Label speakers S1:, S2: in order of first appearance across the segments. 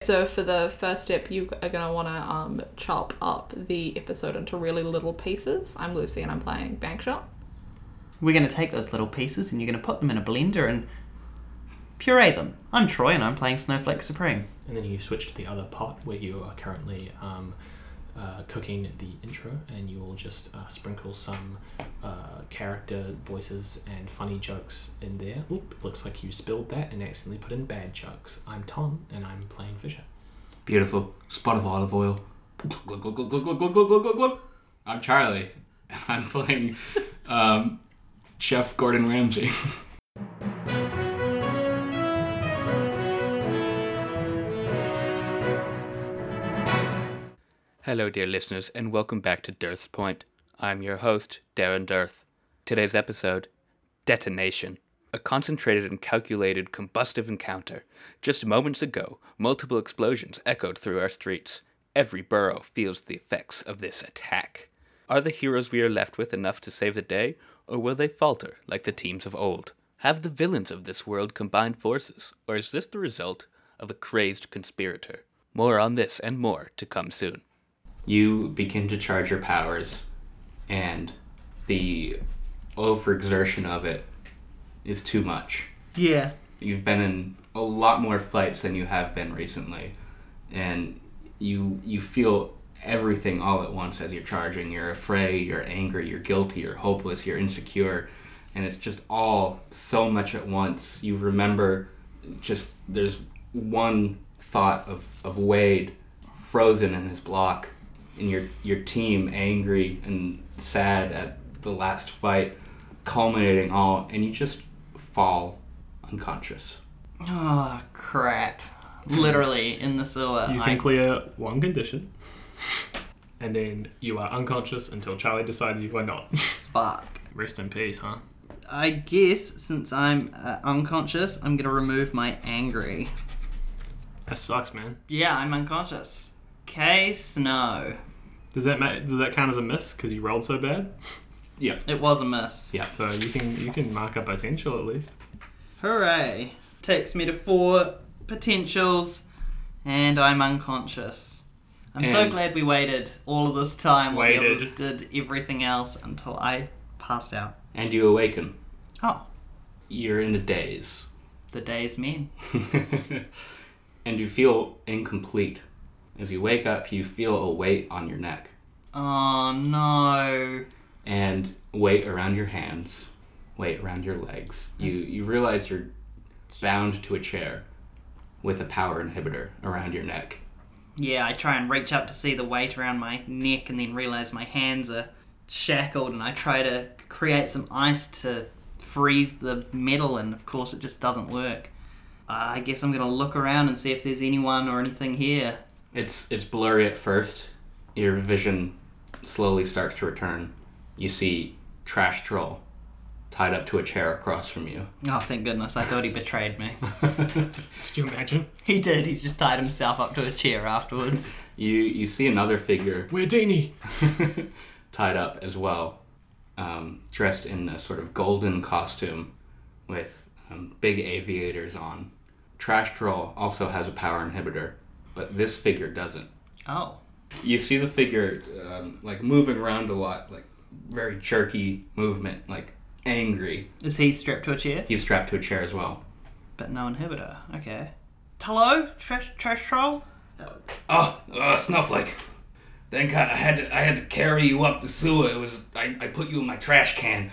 S1: So for the first step, you are gonna wanna um, chop up the episode into really little pieces. I'm Lucy and I'm playing Bankshot.
S2: We're going to take those little pieces and you're going to put them in a blender and puree them. I'm Troy and I'm playing Snowflake Supreme.
S3: And then you switch to the other pot where you are currently um, uh, cooking the intro, and you will just uh, sprinkle some uh, character voices and funny jokes in there. Oop, it looks like you spilled that and accidentally put in bad jokes. I'm Tom, and I'm playing Fisher.
S4: Beautiful. Spot of olive oil. Glug, glug, glug, glug, glug, glug, glug, glug, glug, glug. I'm Charlie. and I'm playing um, Chef Gordon Ramsay. Hello, dear listeners, and welcome back to Dearth's Point. I'm your host, Darren Dearth. Today's episode Detonation. A concentrated and calculated combustive encounter. Just moments ago, multiple explosions echoed through our streets. Every borough feels the effects of this attack. Are the heroes we are left with enough to save the day, or will they falter like the teams of old? Have the villains of this world combined forces, or is this the result of a crazed conspirator? More on this and more to come soon you begin to charge your powers, and the overexertion of it is too much.
S2: Yeah.
S4: You've been in a lot more fights than you have been recently, and you you feel everything all at once as you're charging. You're afraid, you're angry, you're guilty, you're hopeless, you're insecure, and it's just all so much at once. You remember just there's one thought of, of Wade frozen in his block and your your team angry and sad at the last fight culminating all and you just fall unconscious.
S2: Oh, crap. Literally in the sewer.
S3: You
S2: I-
S3: can clear one condition, and then you are unconscious until Charlie decides you are not.
S2: Fuck.
S3: Rest in peace, huh?
S2: I guess since I'm uh, unconscious, I'm going to remove my angry.
S3: That sucks, man.
S2: Yeah, I'm unconscious. K Snow.
S3: Does that ma- does that count as a miss because you rolled so bad?
S4: Yeah.
S2: It was a miss.
S4: Yeah.
S3: So you can you can mark up potential at least.
S2: Hooray. Takes me to four potentials, and I'm unconscious. I'm so
S4: And-
S2: glad we waited all of this time while the
S3: Waited.
S2: others did everything else until I passed out.
S4: And you awaken.
S2: Oh,
S4: You're in a daze.
S2: the day's men.
S4: and you feel incomplete. As you wake up, you feel a weight on your neck
S2: Oh no.
S4: and weight around your hands, weight around your legs. You you realize you're bound to a chair with a power inhibitor around your neck.
S2: Yeah, I try and reach up to see the weight around my neck and then realize my hands are shackled and I try to create some ice to freeze the metal and of course it just doesn't work. Uh, I guess I'm going to look around and see if there's anyone or anything here.
S4: It's it's blurry at first. Your vision slowly starts to return. You see Trash Troll tied up to a chair across from you.
S2: Oh, thank goodness. I thought he betrayed me.
S3: Could you imagine?
S2: he did. He's just tied himself up to a chair afterwards.
S4: You you see another figure
S3: We're Dini.
S4: tied up as well, um, dressed in a sort of golden costume with um, big aviators on. Trash Troll also has a power inhibitor, but this figure doesn't.
S2: Oh.
S4: You see the figure um, like moving around a lot, like very jerky movement, like angry.
S2: Is he strapped to a chair?
S4: He's strapped to a chair as well.
S2: But no inhibitor. Okay. Hello? Trash, trash troll?
S4: Oh, uh, Snowflake! Thank God I had to I had to carry you up the sewer. It was I, I put you in my trash can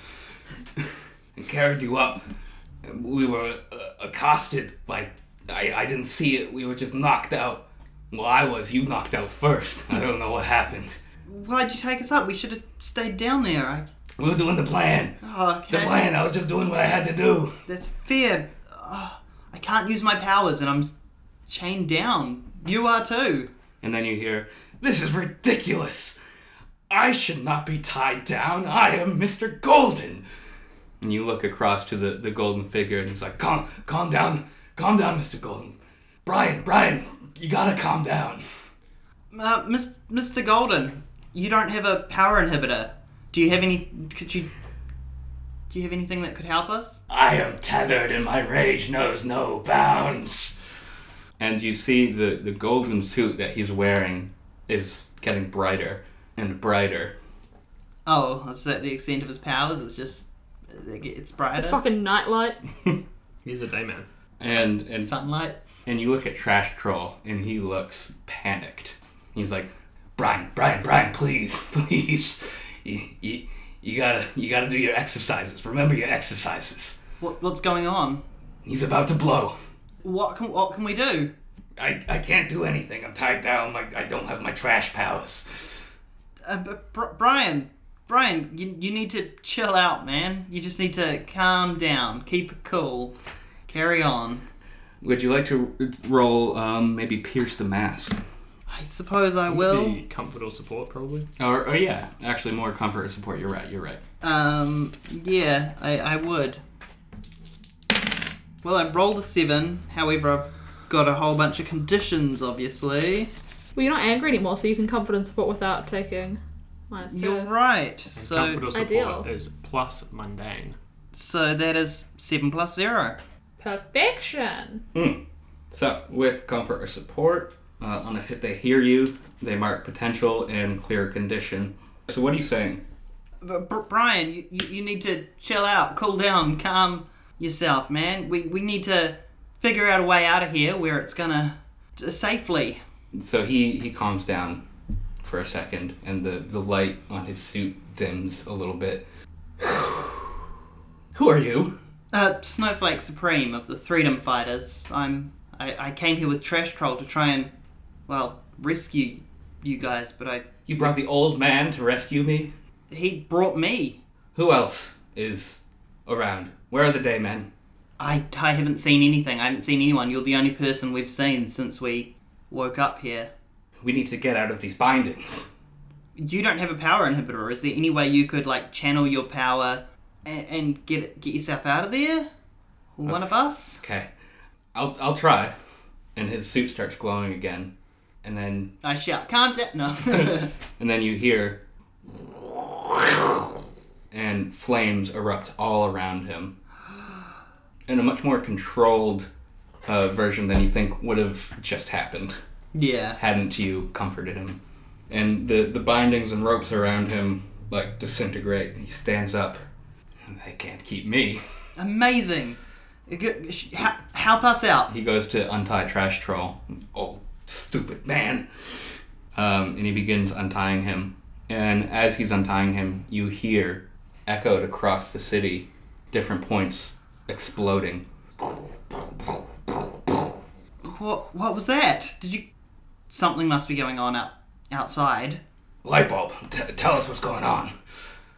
S4: and carried you up. We were uh, accosted by I I didn't see it. We were just knocked out. Well, I was. You knocked out first. I don't know what happened.
S2: Why'd you take us up? We should have stayed down there. I...
S4: We were doing the plan.
S2: Oh,
S4: The
S2: okay.
S4: plan. I was just doing what I had to do.
S2: That's fair. Oh, I can't use my powers and I'm s- chained down. You are too.
S4: And then you hear, "This is ridiculous. I should not be tied down. I am Mr. Golden." And you look across to the, the golden figure, and he's like, "Calm, calm down, calm down, Mr. Golden. Brian, Brian, you gotta calm down."
S2: Uh, Mis- Mr. Golden, you don't have a power inhibitor. Do you have any. Could you. Do you have anything that could help us?
S4: I am tethered, and my rage knows no bounds. and you see the, the golden suit that he's wearing is getting brighter and brighter.
S2: Oh, is that the extent of his powers? It's just it's
S1: The
S2: brighter.
S1: fucking nightlight.
S5: He's a day man.
S4: And and
S2: Sunlight.
S4: and you look at Trash Troll and he looks panicked. He's like, Brian, Brian, Brian, please, please, you, you, you gotta you gotta do your exercises. Remember your exercises.
S2: What, what's going on?
S4: He's about to blow.
S2: What can what can we do?
S4: I, I can't do anything. I'm tied down. My, I don't have my trash powers.
S2: Uh, but Br- Brian, Brian, you, you need to chill out, man. You just need to calm down, keep it cool, carry on.
S4: Would you like to r- roll um, maybe pierce the mask?
S2: I suppose I will.
S5: Be comfort or support, probably.
S4: Or, or yeah, actually more comfort and support. You're right. You're right.
S2: Um, yeah, I, I would. Well, I rolled a seven. However, I've got a whole bunch of conditions, obviously.
S1: Well, you're not angry anymore, so you can comfort and support without taking minus two.
S2: You're right.
S3: And
S2: So,
S3: comfort or support
S1: Ideal.
S3: is plus mundane.
S2: so that is seven plus zero.
S1: Perfection.
S4: So with comfort or support, uh, on a hit they hear you. They mark potential and clear condition. So what are you saying?
S2: But Br- Brian, you, you you need to chill out, cool down, calm yourself, man. We, we need to figure out a way out of here where it's gonna t- safely.
S4: So he he calms down for a second, and the the light on his suit dims a little bit. Who are you?
S2: Uh, Snowflake Supreme of the Freedom Fighters. I'm. I, I came here with Trash Troll to try and, well, rescue you guys, but I.
S4: You brought the old man to rescue me.
S2: He brought me.
S4: Who else is around? Where are the day men?
S2: I, I haven't seen anything. I haven't seen anyone. You're the only person we've seen since we woke up here.
S4: We need to get out of these bindings.
S2: you don't have a power inhibitor. Is there any way you could like channel your power and, and get get yourself out of there? Or One of us.
S4: Okay, I'll I'll try. And his suit starts glowing again, and then
S2: I shout, "Can't da-" no."
S4: And then you hear. And flames erupt all around him. In a much more controlled uh, version than you think would have just happened,
S2: yeah.
S4: hadn't you comforted him. And the, the bindings and ropes around him, like, disintegrate. He stands up. They can't keep me.
S2: Amazing. G- sh- ha- Help us out.
S4: He goes to untie Trash Troll. Oh, stupid man! Um, and he begins untying him. And as he's untying him, you hear echoed across the city different points exploding.
S2: What what was that? Did you? Something must be going on out outside.
S4: Light bulb, t- tell us what's going on.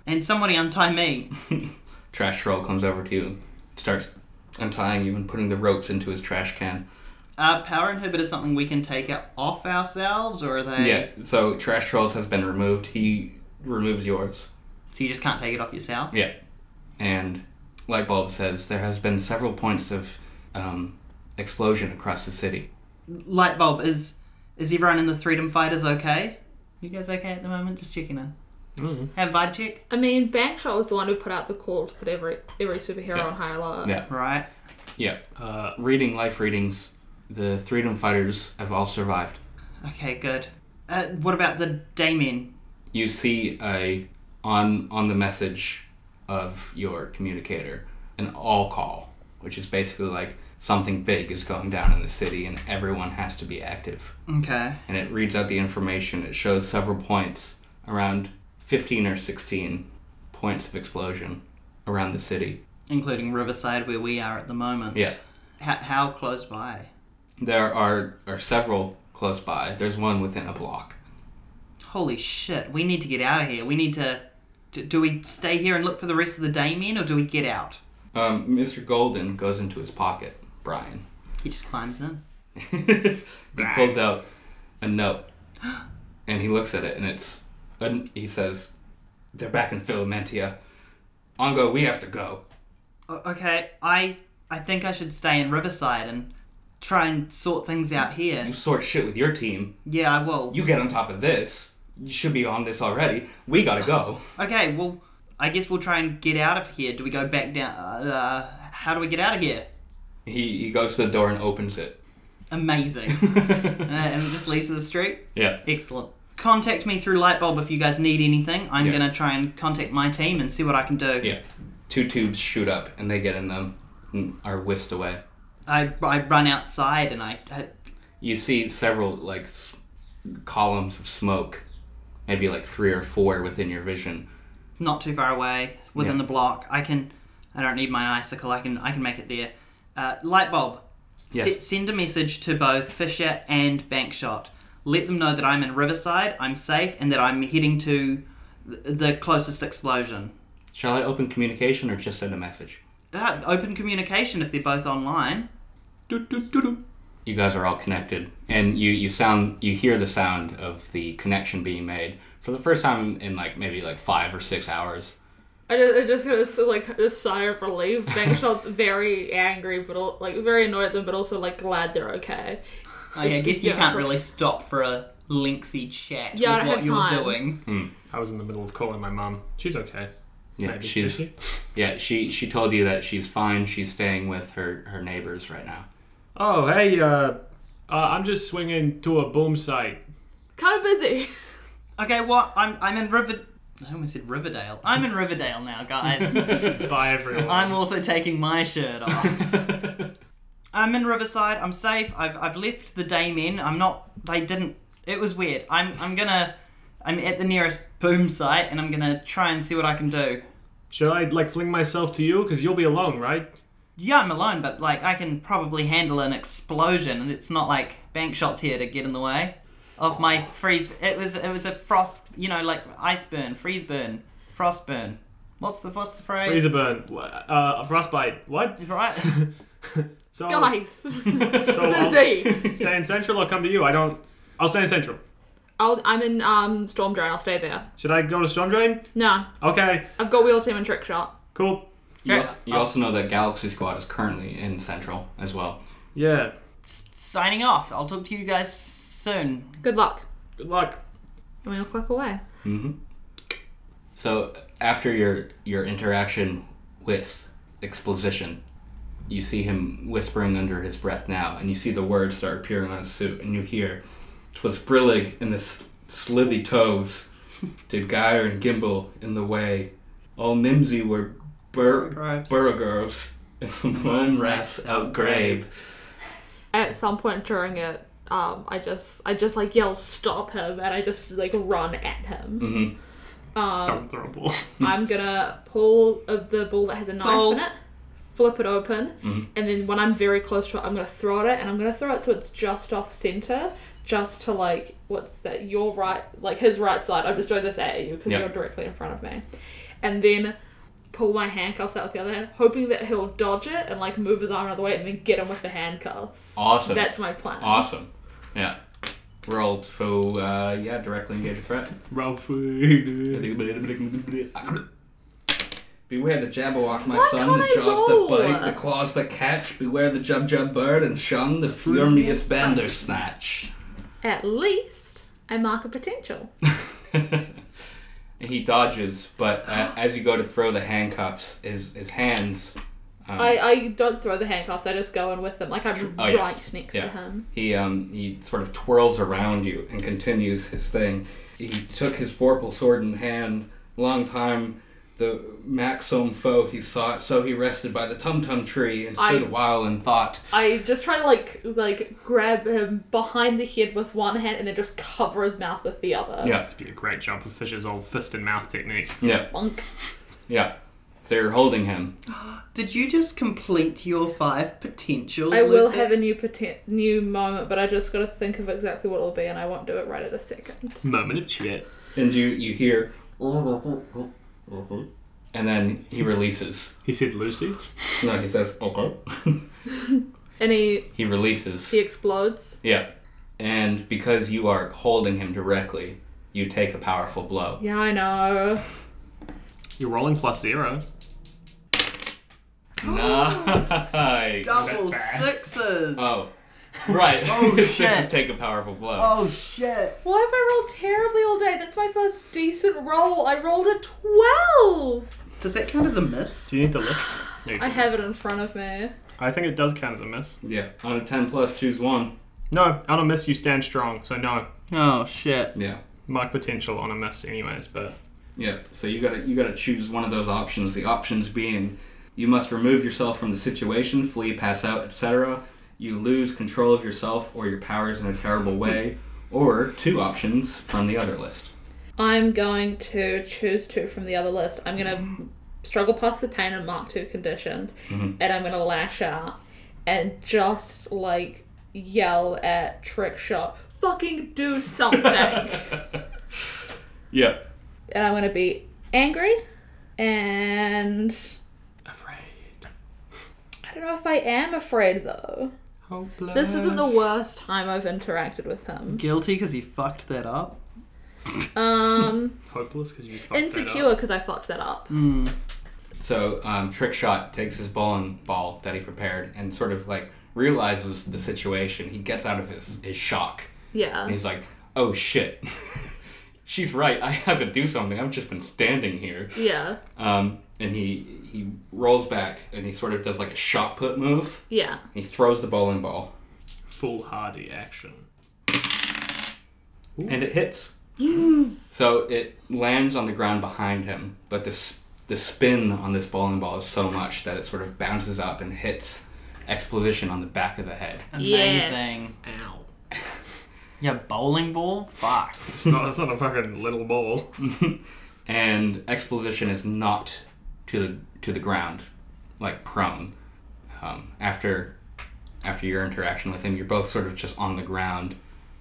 S2: And somebody untie me.
S4: Trash Troll comes over to you, starts untying you and putting the ropes into his trash can.
S2: Uh, power inhibitor is something we can take it off ourselves, or are they?
S4: Yeah, so Trash Troll's has been removed. He removes yours.
S2: So you just can't take it off yourself.
S4: Yeah. And Lightbulb says there has been several points of um, explosion across the city.
S2: Light bulb is is everyone in the Freedom Fighters okay? You guys okay at the moment? Just checking in.
S4: Mm-hmm.
S2: Have vibe check.
S1: I mean, Bankshot was the one who put out the call to put every every superhero on high alert.
S4: Yeah.
S2: Right.
S4: Yeah.
S3: Uh,
S4: Reading life readings, the Freedom Fighters have all survived.
S2: Okay. Good. Uh, what about the Damien?
S4: You see a on on the message of your communicator an all call, which is basically like something big is going down in the city and everyone has to be active.
S2: Okay.
S4: and it reads out the information. It shows several points, around 15 or 16 points of explosion around the city.
S2: Including Riverside, where we are at the moment.
S4: Yeah.
S2: How, how close by?
S4: There are, are several close by, there's one within a block.
S2: Holy shit! We need to get out of here. We need to. Do, do we stay here and look for the rest of the Damien, or do we get out?
S4: Um, Mr. Golden goes into his pocket, Brian.
S2: He just climbs in.
S4: he pulls out a note and he looks at it and it's and he says they're back in Filamentia. Ongo, we have to go.
S2: O- Okay. I I think I should stay in Riverside and try and sort things out here.
S4: You sort shit with your team.
S2: Yeah, I will.
S4: You get on top of this. You should be on this already. We gotta go.
S2: Okay, well, I guess we'll try and get out of here. Do we go back down? Uh, uh, how do we get out of here?
S4: He he goes to the door and opens it.
S2: amazing. uh, and it just leads to the street.
S4: Yeah.
S2: Excellent. Contact me through Lightbulb if you guys need anything. I'm
S4: Yeah.
S2: gonna try and contact my team and see what I can do.
S4: Yeah. Two tubes shoot up and they get in them and are whisked away.
S2: I, I run outside and I, I
S4: You see several like s- columns of smoke, maybe like three or four within your vision.
S2: not too far away within
S4: Yeah.
S2: the block. I can I don't need my icicle. I can I can make it there. Uh, Lightbulb,
S4: Yes.
S2: se- send a message to both Fisher and Bankshot. Let them know that I'm in Riverside. I'm safe and that I'm heading to th- the closest explosion.
S4: Shall I open communication or just send a message?
S2: Uh, open communication if they're both online.
S4: You guys are all connected, and you you sound you hear the sound of the connection being made for the first time in like maybe like five or six hours.
S6: I just, I just kind of like a sigh of relief. Bankshot's very angry, but al- like very annoyed at them, but also like glad they're okay.
S2: Oh, yeah, I
S6: It's-
S2: guess you
S6: yeah,
S2: can't
S6: for-
S2: really stop for a lengthy chat
S6: Yeah, I
S2: with
S6: don't
S2: what
S6: have
S2: you're
S6: time.
S2: doing.
S5: I was in the middle of calling my mum. She's okay.
S4: Yeah,
S5: Maybe.
S4: she's yeah she she told you that she's fine. She's staying with her her neighbors right now.
S5: Oh, hey, uh, uh, I'm just swinging to a boom site.
S6: Kind of busy.
S2: Okay, what? I'm I'm in River. I almost said Riverdale. I'm in Riverdale now, guys.
S5: Bye, everyone.
S2: I'm also taking my shirt off. I'm in Riverside. I'm safe. I've, I've left the Dame Inn. I'm not. They didn't. It was weird. I'm I'm gonna. I'm at the nearest boom site and I'm gonna try and see what I can do.
S5: Should I, like, fling myself to you? Because you'll be alone, right?
S2: Yeah, I'm alone, but like I can probably handle an explosion, and it's not like bank shots here to get in the way of my freeze. It was it was a frost, you know, like ice burn, freeze burn, frost burn. What's the what's the phrase?
S5: Freezer burn. Wha- Uh, a frostbite. What?
S2: Right.
S5: So,
S6: Guys,
S5: so I'll
S6: busy.
S5: stay in Central or come to you? I don't. I'll stay in Central.
S6: I'll, I'm in um, Storm Drain. I'll stay there.
S5: Should I go to Storm Drain?
S6: No,
S5: Okay,
S6: I've got Wheel Team and Trick Shot.
S5: cool.
S4: You,
S2: Yeah.
S4: also, you also know that Galaxy Squad is currently in Central as well.
S5: Yeah.
S2: Signing off. I'll talk to you guys soon.
S6: Good luck.
S5: Good luck.
S6: And we'll click away.
S4: So after your your interaction with Exposition, you see him whispering under his breath now, and you see the words start appearing on his suit, and you hear, "Twas brillig in the s- slithy toves, did gyre and gimble in the way, all nimsy were bur-
S2: Burrogroves.
S4: burrogroves, and the moon rats outgrabe."
S6: At some point during it, um, I just I just like yell stop him, and I just like run at him. Uh,
S5: Doesn't throw a ball.
S4: Mm.
S6: I'm gonna pull of the ball that has a knife
S2: Pull.
S6: in it, flip it open,
S4: Mm-hmm.
S6: and then when I'm very close to it, I'm gonna throw at it, and I'm gonna throw it so it's just off center, just to like what's that? Your right, like his right side. I'm just doing this at you because
S4: Yeah.
S6: you're directly in front of me, and then pull my handcuffs out with the other hand, hoping that he'll dodge it and like move his arm out of the way, and then get him with the handcuffs.
S4: Awesome.
S6: That's my plan.
S4: awesome. Yeah. Roll to uh, yeah directly engage a threat.
S5: Ralph.
S4: Beware the Jabberwock, my
S6: Why
S4: son,
S6: can't
S4: the
S6: I
S4: jaws that
S6: roll?
S4: bite, the claws that catch. Beware the Jub Jub bird and shun the furious bandersnatch.
S6: At least I mark a potential.
S4: He dodges, but uh, as you go to throw the handcuffs, his his hands. Um,
S6: I, I don't throw the handcuffs. I just go in with them. Like I'm
S4: Oh, yeah.
S6: right next
S4: Yeah.
S6: to him.
S4: He um he sort of twirls around you and continues his thing. He took his vorpal sword in hand. Long time the maxim foe he sought, so he rested by the tum tum tree and stood
S6: I-
S4: a while in thought.
S6: I just try to like like grab him behind the head with one hand and then just cover his mouth with the other.
S4: Yeah,
S5: That'd be a great job of Fisher's old fist and mouth technique.
S4: yeah,
S6: Bonk.
S4: yeah. They're holding him.
S2: Did you just complete your five potentials?
S6: I will
S2: Lucy?
S6: have a new poten- new moment, but I just got to think of exactly what it'll be, and I won't do it right at the second.
S5: Moment of chat.
S4: And you, you hear. And then he releases.
S5: He said Lucy.
S4: No, he says, okay.
S6: And he
S4: he releases.
S6: he explodes.
S4: Yeah. And because you are holding him directly, you take a powerful blow.
S6: Yeah, I know.
S5: You're rolling plus zero.
S4: Nice.
S2: double
S5: That's bad.
S2: sixes.
S4: Oh. Right.
S2: Oh,
S4: This
S2: shit.
S4: is take a powerful blow.
S2: Oh shit!
S6: Why have I rolled terribly all day? That's my first decent roll. I rolled a twelve.
S2: Does that count as a miss?
S5: Do you need the list? No, you
S6: I
S5: don't.
S6: have it in front of me.
S5: I think it does count as a miss.
S4: Yeah. Out of 10 plus, choose one.
S5: No, on a miss you stand strong, so no.
S2: Oh shit.
S4: Yeah.
S5: My potential on a miss, anyways. But
S4: Yeah. So you gotta you gotta choose one of those options. The options being you must remove yourself from the situation, flee, pass out, etc. You lose control of yourself or your powers in a terrible way, or two options from the other list.
S6: I'm going to choose two from the other list. I'm going to struggle past the pain and mark two conditions, and I'm going to lash out and just like yell at trick shot, fucking do something. and
S4: Yeah.
S6: I'm going to be angry and
S3: Afraid.
S6: I don't know if I am afraid though. This
S5: Mm.
S6: isn't the worst time I've interacted with him.
S2: Guilty because you fucked that up.
S6: Um,
S5: hopeless because you fucked
S6: insecure because I fucked that up.
S4: So um, Trickshot takes his bowling ball that he prepared and sort of like realizes the situation. He gets out of his, his shock and
S6: Yeah.
S4: he's like, "Oh shit, she's right. I have to do something. I've just been standing here."
S6: Yeah.
S4: Um, and he he rolls back and he sort of does like a shot put move.
S6: Yeah.
S4: He throws the bowling ball
S5: Foolhardy action.
S4: and it hits. So it lands on the ground behind him, but this the spin on this bowling ball is so much that it sort of bounces up and hits exposition on the back of the head.
S2: Amazing.
S6: Yes.
S5: Ow.
S2: Yeah, bowling ball. Fuck.
S5: It's not. It's not a fucking little ball.
S4: and exposition is knocked to the to the ground, like prone. Um, after after your interaction with him, you're both sort of just on the ground,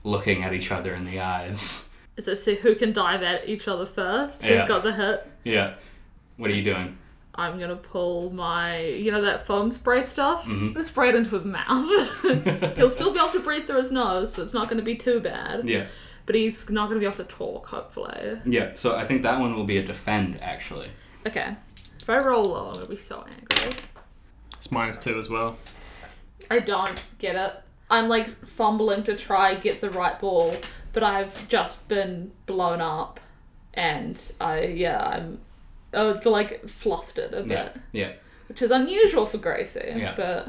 S4: looking at each other in the eyes.
S6: Is it see who can dive at each other first?
S4: Yeah.
S6: Who's got the hit?
S4: Yeah. What are you doing?
S6: I'm gonna pull my, you know, that foam spray stuff. I'm
S4: Mm-hmm.
S6: gonna spray it into his mouth. He'll still be able to breathe through his nose, so it's not gonna be too bad.
S4: Yeah.
S6: But he's not gonna be able to talk, hopefully.
S4: Yeah. So I think that one will be a defend actually.
S6: Okay. If I roll low, I'm gonna be so angry.
S5: It's minus two as well.
S6: I don't get it. I'm like fumbling to try get the right ball, but I've just been blown up, and I yeah I'm, uh, like flustered a bit,
S4: Yeah.
S6: which is unusual for Gracie.
S4: Yeah.
S6: But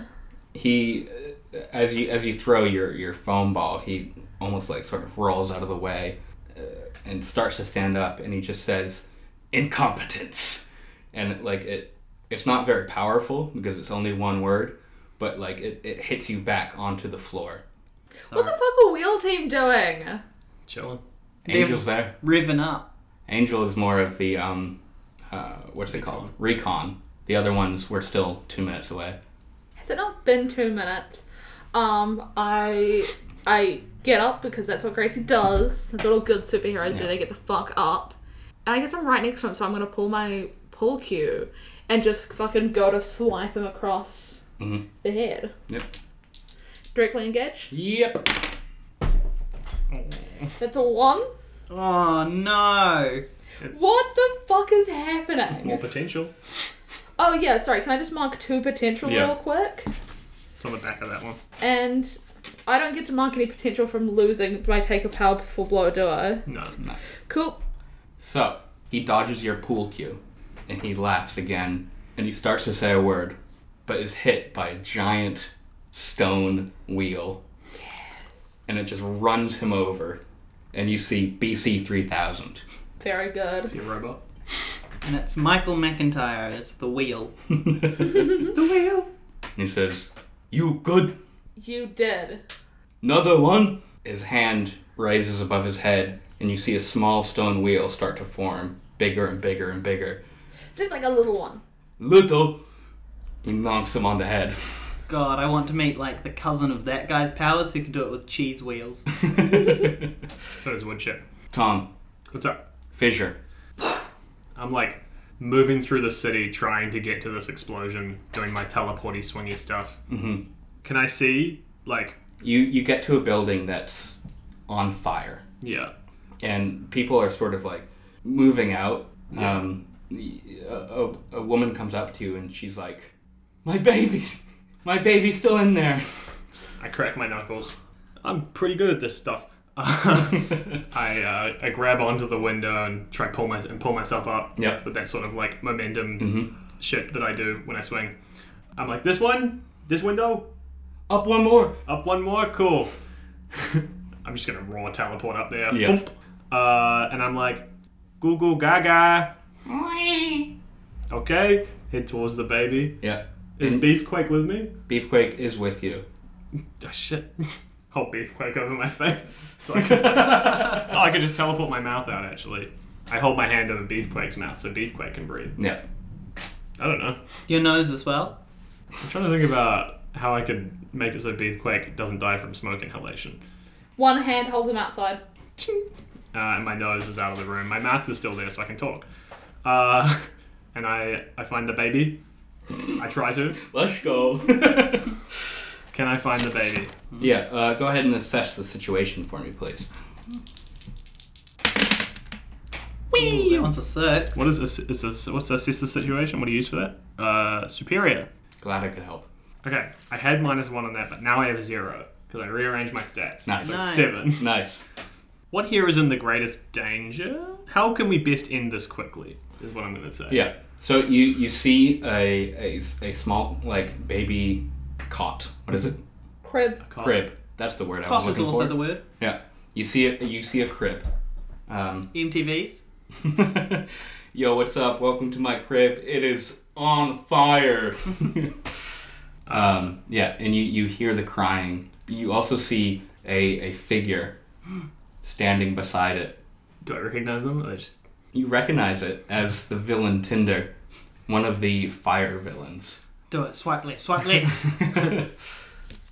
S4: He, uh, as you as you throw your your foam ball, he almost like sort of rolls out of the way, uh, and starts to stand up, and he just says, "Incompetence," and like it, it's not very powerful because it's only one word, but like it, it hits you back onto the floor.
S6: what the fuck are Wheel Team doing?
S5: Chilling.
S4: Angel's there.
S2: Riven up.
S4: Angel is more of the um, uh, what's it called? Recon. The other ones were still two minutes away.
S6: Has it not been two minutes? Um, I I get up because that's what Gracie does. That's what all good superheroes do. They get the fuck up. And I guess I'm right next to him, so I'm gonna pull my pull cue and just fucking go to swipe him across the head.
S4: Mm-hmm. Yep.
S6: Directly engage.
S4: Yep.
S6: That's a one.
S2: Oh no.
S6: What the fuck is
S5: More
S6: happening?
S5: potential.
S6: Oh yeah, sorry. Can I just mark two potential
S5: Yeah.
S6: real quick?
S5: It's on the back of that one.
S6: And I don't get to mark any potential from losing by take a power full blow, do I?
S5: No.
S6: Cool.
S4: So he dodges your pool cue, and he laughs again, and he starts to say a word, but is hit by a giant stone wheel. And it just runs him over, and you see BC three thousand.
S6: Very good.
S5: Your robot.
S2: And it's Michael McIntyre. It's the wheel. the wheel.
S4: And he says, "You good?
S6: You did.
S4: Another one." His hand rises above his head, and you see a small stone wheel start to form, bigger and bigger and bigger.
S6: Just like a little one.
S4: Little. He knocks him on the head.
S2: God, I want to meet like the cousin of that guy's powers who can do it with cheese wheels.
S5: So does wood chip.
S4: Tom
S5: What's up?
S4: Fisher.
S5: I'm like moving through the city trying to get to this explosion, doing my teleporty swingy stuff. Mm-hmm. Can I see? Like,
S4: you you get to a building that's on fire
S5: yeah.
S4: and people are sort of like moving out um y- a, a, a woman comes up to you and she's like my baby's my baby's still in there
S5: I crack my knuckles. I'm pretty good at this stuff. I uh, I grab onto the window and try pull my and pull myself up.
S4: Yep.
S5: With that sort of like momentum shit that I do when I swing. I'm like this one, This window?
S4: Up one more.
S5: Up one more? Cool. I'm just gonna raw teleport up there.
S4: Yeah.
S5: Thump. Uh, and I'm like, goo goo gaga. Okay. Head towards the baby.
S4: Yeah.
S5: Is Beefquake with me?
S4: Beefquake is with you.
S5: Oh, shit. Whole Beefquake over my face. So I can, oh, I could just teleport my mouth out, actually. I hold my hand over Beefquake's mouth so Beefquake can breathe.
S4: Yeah.
S5: I don't know.
S2: Your nose as well.
S5: I'm trying to think about how I could make it so Beefquake doesn't die from smoke inhalation.
S6: One hand holds him outside.
S5: Uh, and my nose is out of the room. My mouth is still there, so I can talk. Uh, and I, I find the baby. I try to.
S4: Let's go.
S5: Can I find the baby?
S4: yeah. Uh, go ahead and assess the situation for me, please.
S2: Ooh, that one's a six.
S5: What is this? Is this what's the sister situation? What do you use for that? Uh, superior.
S4: Glad I could help.
S5: Okay, I had minus one on that, but now I have zero because I rearranged my stats.
S4: Nice.
S5: So
S2: Nice.
S5: seven.
S4: Nice.
S5: What here is in the greatest danger? How can we best end this quickly? Is what I'm going to say.
S4: Yeah. So you you see a a, a small like baby cot. What is it?
S6: Crib.
S5: Cot.
S4: Crib. That's the word I
S2: Cough
S4: Uh, was
S2: is
S4: looking
S2: also
S4: for.
S2: the word.
S4: yeah. You see a you see a crib. Um,
S2: E MTVs.
S4: yo, what's up? Welcome to my crib. It is on fire. um, yeah, and you you hear the crying. You also see a a figure standing beside it.
S5: Do I recognize them? I just
S4: You recognize it as the villain Tinder, one of the fire villains.
S2: Do it. Swipe left. Swipe left.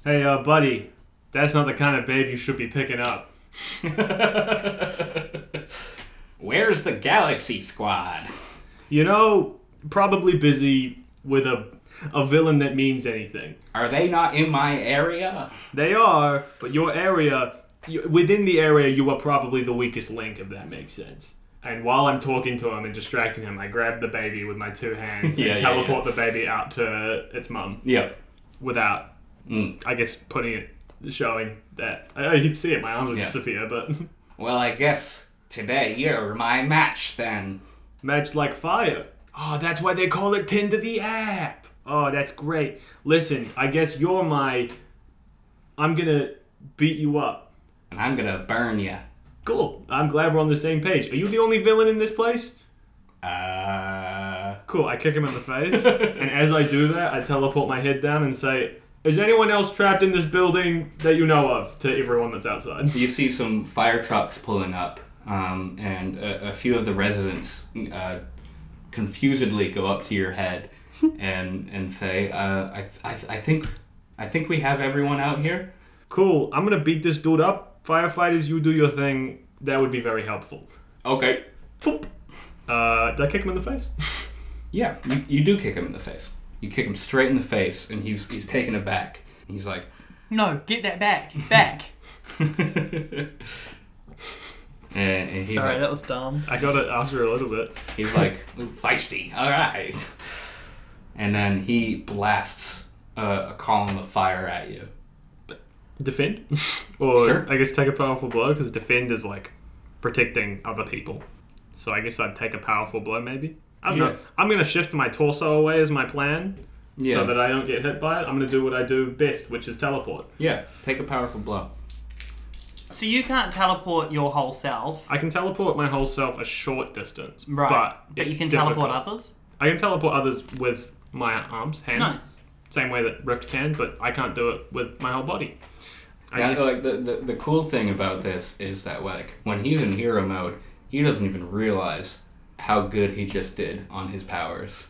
S5: Hey, uh, buddy, that's not the kind of babe you should be picking up.
S4: Where's the Galaxy Squad?
S5: You know, probably busy with a a villain that means anything.
S4: Are they not in my area?
S5: They are, but your area, you, within the area, you are probably the weakest link, if that makes sense. And while I'm talking to him and distracting him, I grab the baby with my two hands
S4: Yeah, yeah,
S5: and teleport
S4: yeah.
S5: the baby out to its mum
S4: Yep.
S5: without,
S4: Mm.
S5: I guess, putting it, showing that. I, you'd see it, my arms would
S4: Yeah.
S5: disappear, but.
S4: Well, I guess today you're my match then.
S5: Match like fire. Oh, that's why they call it Tinder the app. Oh, that's great. Listen, I guess you're my. I'm gonna beat you up.
S4: And I'm gonna burn you.
S5: Cool. I'm glad we're on the same page. Are you the only villain in this place?
S4: Uh.
S5: Cool. I kick him in the face, and as I do that, I teleport my head down and say, "Is anyone else trapped in this building that you know of?" To everyone that's outside.
S4: You see some fire trucks pulling up, um, and a, a few of the residents uh, confusedly go up to your head and and say, uh, I, th- I, th- I think I think we have everyone out here.
S5: Cool. I'm gonna beat this dude up. Firefighters, you do your thing. That would be very helpful.
S4: Okay.
S5: Boop. Uh, did I kick him in the face?
S4: Yeah, you, you do kick him in the face. You kick him straight in the face, and he's he's taken aback. He's like,
S2: no, get that back. Back.
S4: and, and he's
S2: Sorry,
S4: like,
S2: that was dumb.
S5: I got it after a little bit.
S4: He's like feisty. All right. And then he blasts uh, a column of fire at you.
S5: defend or
S4: Sure.
S5: i guess take a powerful blow because defend is like protecting other people so i guess i'd take a powerful blow maybe i don't
S4: Yeah.
S5: know i'm gonna shift my torso away as my plan
S4: Yeah.
S5: so that i don't get hit by it i'm gonna do what i do best which is teleport
S4: Yeah. Take a powerful blow.
S2: So you can't teleport your whole self,
S5: i can teleport my whole self a short distance
S2: right?
S5: but,
S2: But,
S5: it's
S2: you can teleport
S5: difficult.
S2: others.
S5: i can teleport others with my arms hands
S2: Nice.
S5: same way that rift can but i can't do it with my whole body I
S4: Yeah,
S5: guess-
S2: uh,
S4: like the, the the cool thing about this is that like when he's in hero mode, he doesn't even realize how good he just did on his powers.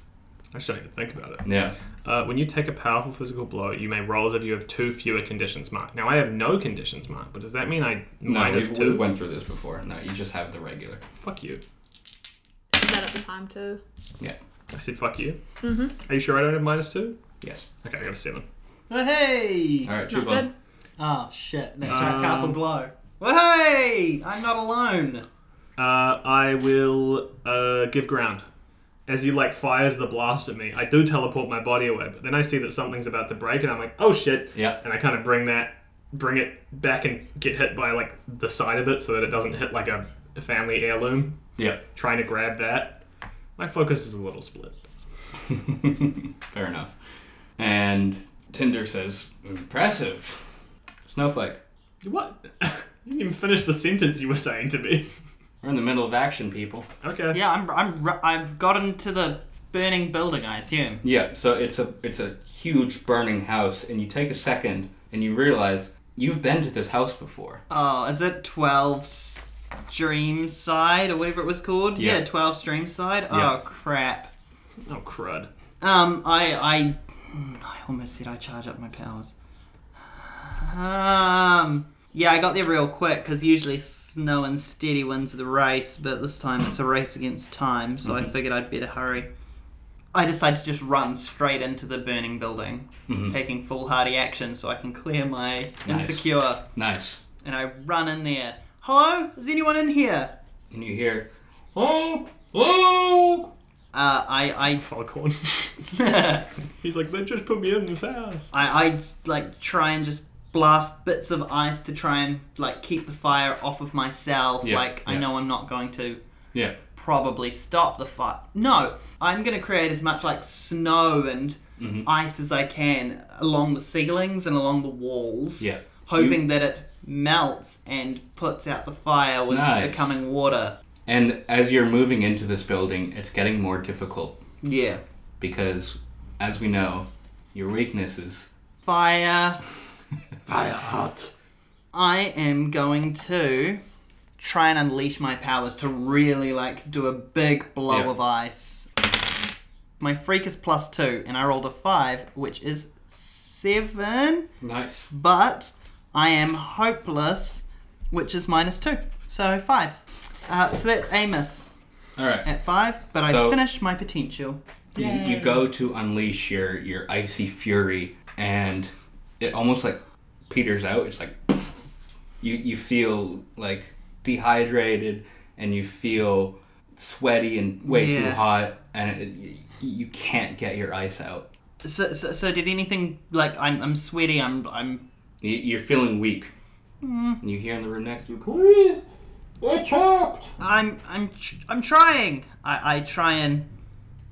S5: I should not even think about it
S4: Yeah.
S5: Uh, when you take a powerful physical blow, you may roll as if you have two fewer conditions marked. Now I have no conditions marked, but does that mean I
S4: No,
S5: minus
S4: we've,
S5: 2
S4: we've went through this before. No, you just have the regular.
S5: Fuck you.
S6: Is that at the time too?
S4: Yeah.
S5: I said fuck you. Mm-hmm. Are you sure I don't have minus two?
S4: Yes.
S5: Okay, I got a seven.
S2: Hey!
S4: All right. Choose
S6: Not
S4: one.
S6: good.
S2: Oh shit, that's right,
S5: Um,
S2: powerful blow. Hey! I'm not alone.
S5: Uh, I will uh, give ground. As he like fires the blast at me, I do teleport my body away, but then I see that something's about to break, and I'm like, oh shit.
S4: Yeah.
S5: And I kind of bring that, bring it back and get hit by like the side of it so that it doesn't hit like a, a family heirloom.
S4: Yeah.
S5: Trying to grab that. My focus is a little split.
S4: Fair enough. And Tinder says, impressive. Snowflake,
S5: What? you didn't even finish the sentence you were saying to me.
S4: we're in the middle of action, people.
S5: Okay.
S2: Yeah, I'm, I'm, r- I've gotten to the burning building, I assume.
S4: Yeah, so it's a it's a huge burning house, and you take a second and you realize you've been to this house before.
S2: Oh, is it 12 Stream Side or whatever it was called?
S4: Yeah.
S2: Yeah, 12 Stream Side.
S4: Yeah.
S2: Oh, crap.
S5: Oh crud.
S2: Um, I, I, I almost said I charge up my powers. Um, yeah, I got there real quick because usually snow and steady wins the race, but this time it's a race against time, so I figured I'd better hurry. I decide to just run straight into the burning building, taking foolhardy action so I can clear my
S4: Nice.
S2: insecure,
S4: Nice.
S2: and I run in there. Hello, is anyone in here?
S4: And you hear, oh, oh.
S2: Uh, I,
S5: Foghorn.
S2: I.
S5: He's like, they just put me in this house.
S2: I, I like try and just blast bits of ice to try and like keep the fire off of myself.
S4: Yeah,
S2: like I
S4: yeah.
S2: know I'm not going to
S4: Yeah.
S2: probably stop the fire. No, I'm going to create as much like snow and
S4: Mm-hmm.
S2: ice as I can along the ceilings and along the walls.
S4: Yeah.
S2: Hoping
S4: You-
S2: that it melts and puts out the fire with
S4: Nice.
S2: becoming water.
S4: And as you're moving into this building, it's getting more difficult
S2: Yeah.
S4: because, as we know, your weaknesses.
S2: Fire.
S3: Fire hot.
S2: I am going to try and unleash my powers to really like do a big blow
S4: Yeah.
S2: of ice. My freak is plus two, and I rolled a five, which is seven,
S4: Nice.
S2: but I am hopeless, which is minus two, so five. Uh, so that's a miss
S4: All right.
S2: at five, but
S4: So-
S2: I finished my potential.
S4: You, you go to unleash your, your icy fury, and it almost like peters out. It's like you you feel like dehydrated, and you feel sweaty and way too
S2: Yeah.
S4: hot, and it, you, you can't get your ice out.
S2: So, so, so did anything like I'm, I'm sweaty? I'm, I'm.
S4: You, you're feeling weak. And you hear in the room next to you, please, we're trapped.
S2: I'm I'm tr- I'm trying. I, I try and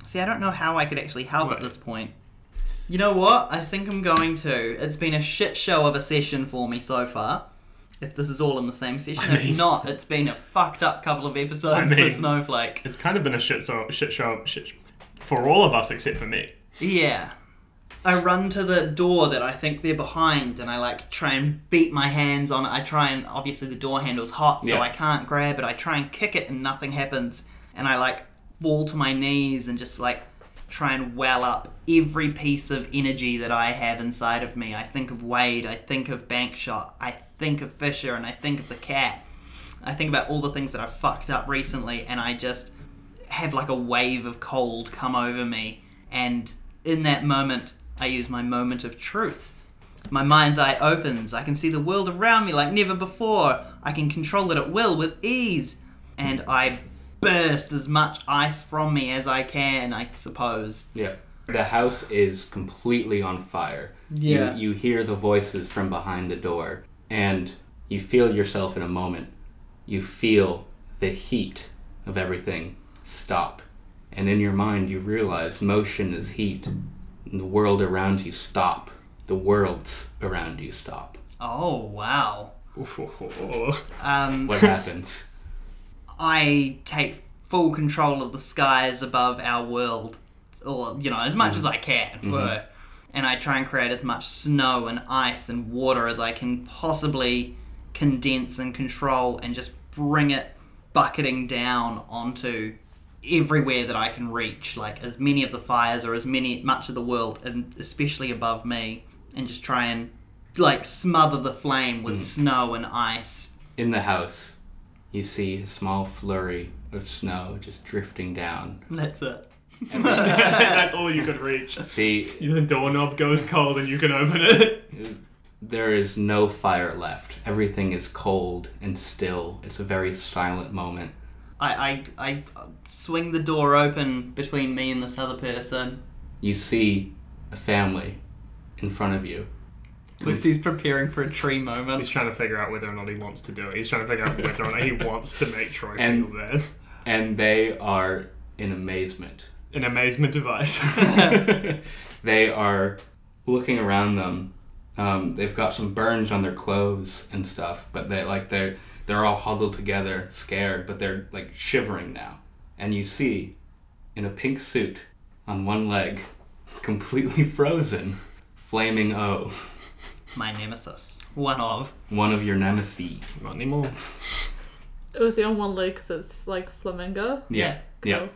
S2: see. I don't know how I could actually help at
S5: Right.
S2: this point. You know what? I think I'm going to. It's been a shit show of a session for me so far. If this is all in the same session,
S5: I
S2: if
S5: mean-
S2: not, it's been a fucked up couple of episodes
S5: I mean-
S2: for Snowflake.
S5: It's kind of been a shit so shit show shit sh- for all of us except for me.
S2: Yeah. I run to the door that I think they're behind, and I like try and beat my hands on it. I try and obviously the door handle's hot, so
S4: Yeah.
S2: I can't grab it. I try and kick it, and nothing happens. And I like fall to my knees and just like try and well up every piece of energy that I have inside of me. I think of Wade, I think of Bankshot, I think of Fisher, and I think of the cat. I think about all the things that I've fucked up recently, and I just have like a wave of cold come over me. And in that moment, I use my moment of truth. My mind's eye opens. I can see the world around me like never before. I can control it at will with ease. And I burst as much ice from me as I can, I suppose.
S4: Yeah. The house is completely on fire.
S2: Yeah.
S4: You, you hear the voices from behind the door, and you feel yourself in a moment. You feel the heat of everything stop. And in your mind, you realize motion is heat. And the world around you stop. The worlds around you stop.
S2: Oh, wow.
S5: Oh.
S2: Um,
S4: What happens?
S2: I take full control of the skies above our world, or you know, as much as I can. were. And I try and create as much snow and ice and water as I can possibly condense and control, and just bring it bucketing down onto everywhere that I can reach, like as many of the fires or as many much of the world, and especially above me, and just try and like smother the flame with snow and ice
S4: In the house, you see a small flurry of snow just drifting down.
S2: That's it.
S5: That's all you could reach.
S4: The
S5: The doorknob goes cold and you can open it.
S4: there is no fire left. Everything is cold and still. It's a very silent moment.
S2: I, I, I swing the door open between me and this other person.
S4: You see a family in front of you.
S2: Lucy's preparing for a tree moment.
S5: He's trying to figure out whether or not he wants to do it. He's trying to figure out whether or not he wants to make Troy
S4: And-
S5: feel bad.
S4: And they are in amazement.
S5: An amazement device.
S4: They are looking around them, um, they've got some burns on their clothes and stuff, but they like they're they're all huddled together, scared, but they're like shivering now. And you see, in a pink suit, on one leg, completely frozen, flaming O,
S2: My nemesis. One of.
S4: one of your nemesis.
S3: Not anymore.
S6: It was the on one leg because it's like flamingo.
S4: Yeah. Yeah.
S6: Cool.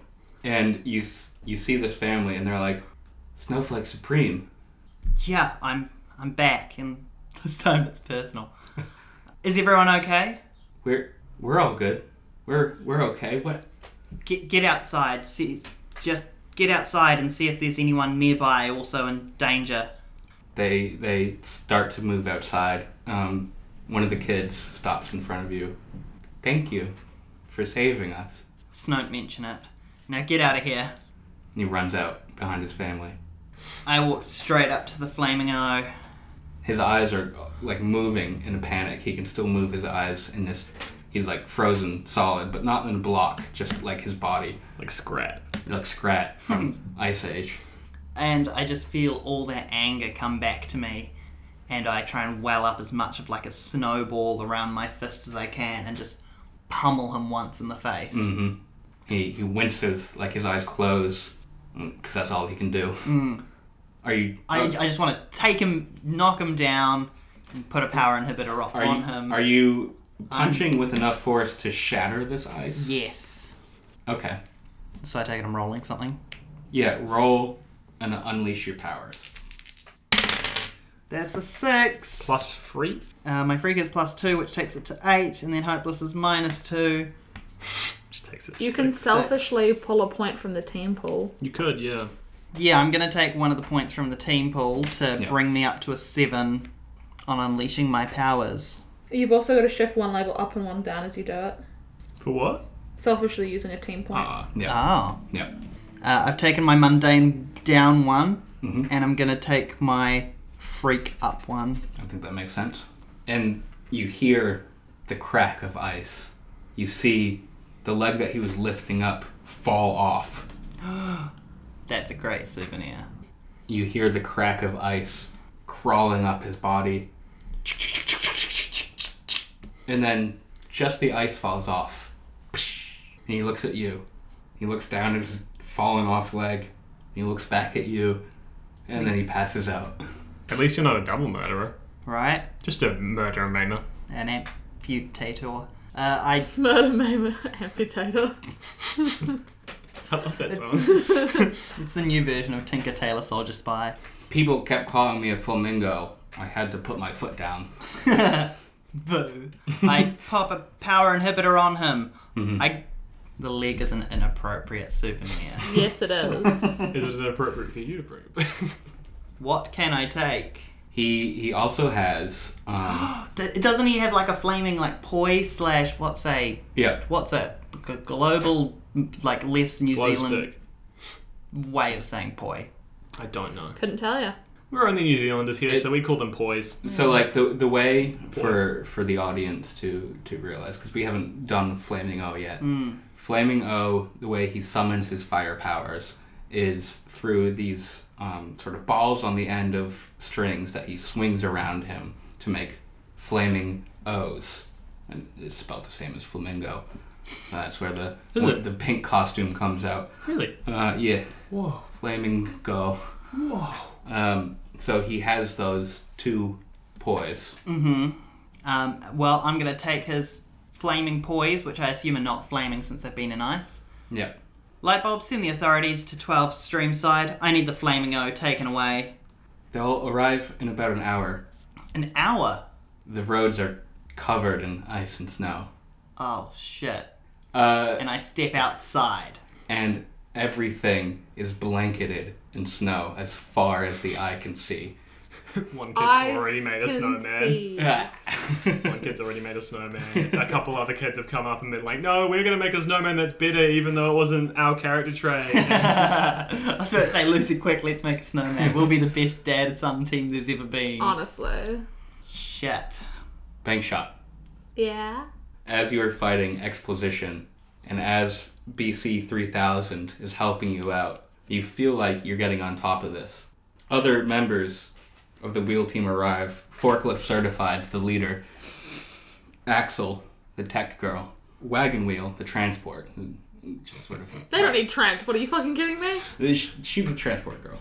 S4: And you s- you see this family, and they're like, Snowflake Supreme.
S2: Yeah, I'm I'm back and this time it's personal. Is everyone okay?
S4: We're we're all good. We're we're okay. What?
S2: Get get outside. See just get outside and see if there's anyone nearby also in danger.
S4: They they start to move outside. Um, one of the kids stops in front of you. Thank you for saving us.
S2: Snowt mention it. Now get out of here.
S4: He runs out behind his family.
S2: I walked straight up to the flaming O.
S4: His eyes are uh, like moving in a panic. He can still move his eyes in this. He's like frozen solid, but not in a block. Just like his body,
S5: Like Scrat.
S4: like Scrat from Ice Age.
S2: and I just feel all that anger come back to me, and I try and well up as much of like a snowball around my fist as I can, and just pummel him once in the face.
S4: Mm. He he winces, like his eyes close, because that's all he can do. Are you?
S2: Mm. I, I just want to take him, knock him down, and put a power inhibitor o-
S4: are
S2: on
S4: you,
S2: him.
S4: Are you punching with enough force to shatter this ice?
S2: yes.
S4: Okay.
S2: So I take it I'm rolling something.
S4: Yeah. Roll and unleash your powers.
S2: That's a six.
S5: Plus free.
S2: Uh, my freak is plus two, which takes it to eight, and then hopeless is minus two.
S5: Which takes it.
S6: You can
S2: Six,
S6: selfishly
S2: six.
S6: pull a point from the team pool.
S5: You could, yeah.
S2: Yeah, I'm gonna take one of the points from the team pool to
S4: Yeah.
S2: bring me up to a seven on unleashing my powers.
S6: You've also got to shift one label up and one down as you do it.
S5: For what?
S6: Selfishly using a team point.
S4: Ah. yeah.
S2: Oh.
S4: yeah.
S2: Uh, I've taken my mundane down one, and I'm gonna take my freak up one.
S4: I think that makes sense. And you hear the crack of ice. You see the leg that he was lifting up fall off.
S2: That's a great souvenir.
S4: You hear the crack of ice crawling up his body. And then just the ice falls off. And he looks at you. He looks down at his falling off leg. He looks back at you. And then he passes out.
S5: At least you're not a double murderer.
S2: Right?
S5: Just a murder and maimer.
S2: An amputator. Uh, I
S6: Murder Mama Amputator.
S5: I love that song.
S2: it's the new version of Tinker Tailor Soldier Spy.
S4: People kept calling me a flamingo. I had to put my foot down.
S2: Boo. I pop a power inhibitor on him. I the leg is an inappropriate souvenir.
S6: yes, it is.
S5: Is it appropriate for you to prove?
S2: what can I take?
S4: He he also has um,
S2: D- doesn't he have like a flaming like poi slash what's a
S4: yeah
S2: what's a g- global like less New
S5: Blow
S2: Zealand
S5: stick.
S2: way of saying poi.
S5: I don't know.
S6: Couldn't tell you.
S5: We're only New Zealanders here,
S4: It-
S5: so we call them poise.
S4: So like the the way for for the audience to to realize because we haven't done Flaming O yet. Flaming O, the way he summons his fire powers is through these um, sort of balls on the end of strings that he swings around him to make flaming O's, and it's about the same as flamingo. That's where the
S5: Is it?
S4: the pink costume comes out.
S5: Really?
S4: Uh, yeah,
S5: Mm. Whoa.
S4: flaming go.
S5: Whoa.
S4: Um, so he has those two poise.
S5: Mm.
S2: Um, well, I'm gonna take his flaming poise, which I assume are not flaming since they've been in ice.
S4: Yeah.
S2: Light bulb, send the authorities to 12 Streamside. I need the flaming O taken away.
S4: They'll arrive in about an hour.
S2: An hour.
S4: The roads are covered in ice and snow.
S2: Oh shit!
S4: Uh,
S2: And I step outside.
S4: and everything is blanketed in snow as far as the eye can see.
S5: One kid's
S6: I
S5: already made a
S6: can
S5: snowman.
S6: see.
S5: One kid's already made a snowman. a couple other kids have come up and been like, no, we're going to make a snowman that's better, even though it wasn't our character trait.
S2: I was about to say, Lucy, quick, let's make a snowman. We'll be the best dad at some team there's ever been.
S6: Oh, Honestly.
S2: Shit.
S4: Bang shot.
S6: Yeah.
S4: As you are fighting Exposition, and as BC 3000 is helping you out, you feel like you're getting on top of this. Other members of the wheel team arrive, forklift certified, the leader, Axel, the tech girl, Wagon Wheel, the transport, who just sort of.
S6: They don't need trans. What are you fucking kidding me?
S4: She- She's a transport girl.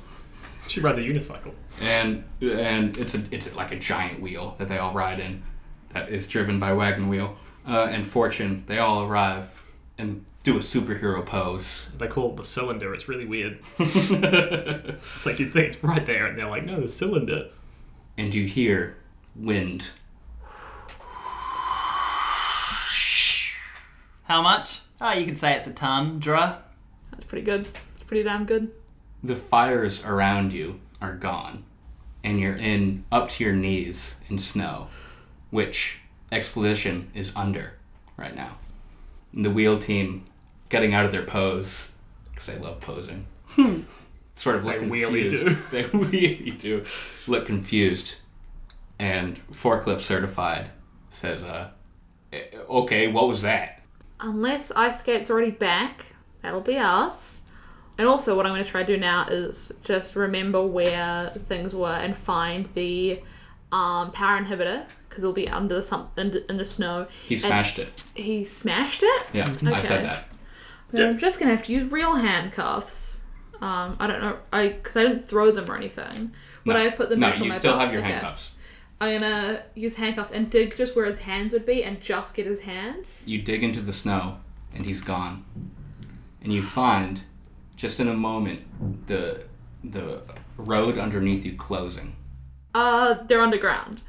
S5: She rides a unicycle.
S4: and and it's a it's like a giant wheel that they all ride in, that is driven by wagon wheel. Uh, and Fortune, they all arrive and do a superhero pose.
S5: They call it the cylinder. It's really weird. like you'd think it's right there, and they're like, no, the cylinder.
S4: and you hear wind.
S2: How much? Oh, you could say it's a ton, Dra.
S6: That's pretty good. It's pretty damn good.
S4: The fires around you are gone, and you're in up to your knees in snow, which exposition is under right now. And the wheel team getting out of their pose because they love posing.
S6: Hmm.
S4: sort of look
S5: They
S4: confused.
S5: really
S4: They really do look confused, and forklift certified says, "Uh, eh, okay, what was that?"
S6: Unless Ice Skate's already back, that'll be us. And also, what I'm going to try to do now is just remember where things were and find the um, power inhibitor because it'll be under the something in the snow.
S4: He smashed it.
S6: He smashed it.
S4: Yeah, I
S6: Okay.
S4: said that.
S6: I'm just gonna have to use real handcuffs. Um, I don't know, I because I didn't throw them or anything. Would
S4: No.
S6: I have put them
S4: No,
S6: back on
S4: you
S6: my
S4: still
S6: belt?
S4: have your
S6: Okay.
S4: handcuffs.
S6: I'm gonna use handcuffs and dig just where his hands would be and just get his hands.
S4: You dig into the snow, and he's gone. And you find, just in a moment, the the road underneath you closing.
S6: Uh, they're underground.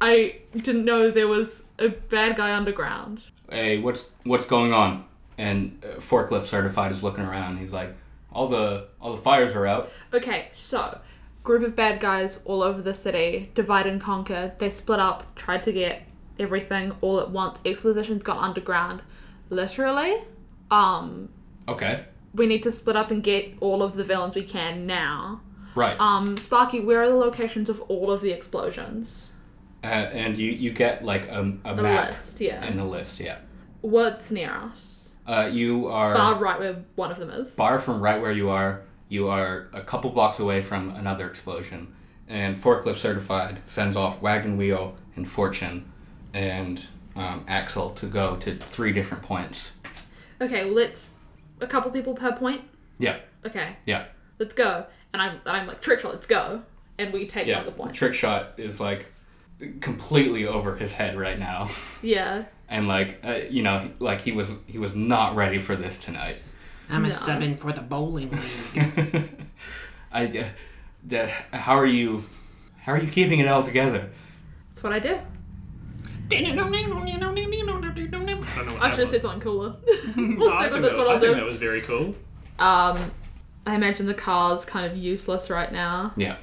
S6: I didn't know there was a bad guy underground.
S4: Hey, what's what's going on? And uh, forklift certified is looking around. He's like, all the all the fires are out.
S6: Okay, so group of bad guys all over the city, divide and conquer. They split up, tried to get everything all at once. Exposition's gone underground, literally. Um,
S4: Okay,
S6: we need to split up and get all of the villains we can now.
S4: right.
S6: Um, Sparky, where are the locations of all of the explosions?
S4: uh, and you you get like a, a
S6: The
S4: map
S6: list, yeah.
S4: and a list. Yeah.
S6: What's near us?
S4: Uh, you are
S6: Bar right where one of them is.
S4: far from right where you are. You are a couple blocks away from another explosion. And Forklift Certified sends off Wagon Wheel and Fortune and um, Axel to go to three different points.
S6: okay, let's a couple people per point.
S4: Yeah,
S6: Okay,
S4: yeah,
S6: let's go. And I'm and I'm like trick shot, let's go. And we take
S4: yeah.
S6: out the points.
S4: Trick Shot is like completely over his head right now.
S6: Yeah.
S4: And like, uh, you know, like he was he was not ready for this tonight.
S2: I'm
S6: No.
S2: subbing for the bowling league.
S4: I, uh, the, how are you, how are you keeping it all together?
S6: That's what I do.
S5: I don't know what
S6: I
S5: that
S6: should have
S5: was.
S6: said something cooler. we'll
S5: I
S6: see, but
S5: think
S6: that's
S5: that-
S6: what I'll
S5: I think
S6: do.
S5: that was very cool.
S6: Um, I imagine the car's kind of useless right now.
S4: Yeah,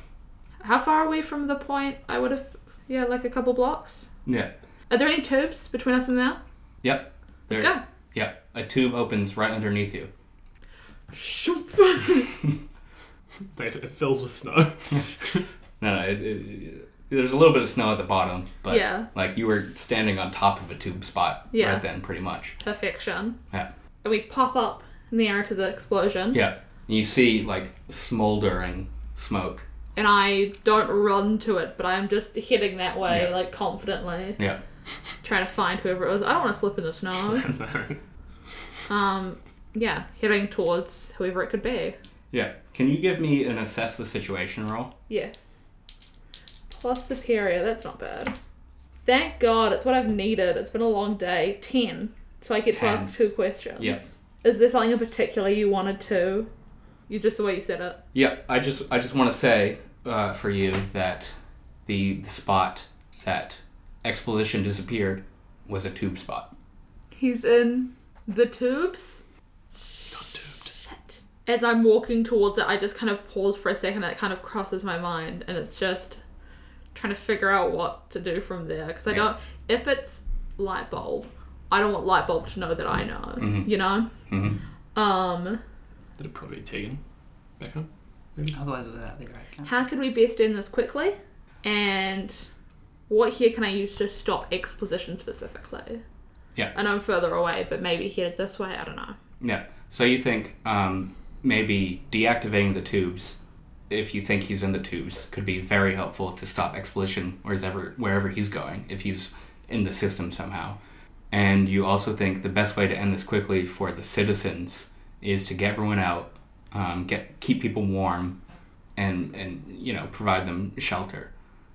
S6: How far away from the point I would have? Yeah, like a couple blocks.
S4: yeah,
S6: Are there any tubes between us and them?
S4: yep.
S6: Let's
S4: There-
S6: go.
S4: Yeah, a tube opens right underneath you.
S6: Shoop.
S5: They- It fills with snow.
S4: No, no, it, it, it- there's a little bit of snow at the bottom, but
S6: Yeah.
S4: like you were standing on top of a tube spot
S6: Yeah.
S4: right then, pretty much.
S6: Perfection.
S4: Yeah,
S6: And we pop up near to the explosion.
S4: yeah. And you see like smoldering smoke.
S6: And I don't run to it, but I'm just heading that way,
S4: Yeah.
S6: like confidently,
S4: Yeah,
S6: trying to find whoever it was. I don't want to slip in the snow. um, yeah, heading towards whoever it could be.
S4: yeah. Can you give me an assess the situation roll?
S6: Yes. Plus superior, that's not bad. Thank God, it's what I've needed. It's been a long day. Ten. So I get
S4: Ten.
S6: to ask two questions.
S4: Yeah.
S6: Is there something in particular you wanted to? You just the way you said it.
S4: Yeah, I just I just want to say uh, for you that the spot that explosion disappeared was a tube spot.
S6: He's in the tubes. As I'm walking towards it, I just kind of pause for a second and it kind of crosses my mind and it's just trying to figure out what to do from there because I
S4: Yeah.
S6: don't if it's light bulb, I don't want light bulb to know that I know,
S4: Mm-hmm.
S6: you know? Um
S3: That'd probably be Tegan back home.
S2: Otherwise, without the right.
S6: how could we best end this quickly? And what here can I use to stop exposition specifically?
S4: Yeah.
S6: I know I'm further away, but maybe headed this way, I don't know.
S4: Yeah. So you think um, maybe deactivating the tubes if you think he's in the tubes, could be very helpful to stop explosion wherever wherever he's going if he's in the system somehow. And you also think the best way to end this quickly for the citizens is to get everyone out, um, get keep people warm, and and you know provide them shelter.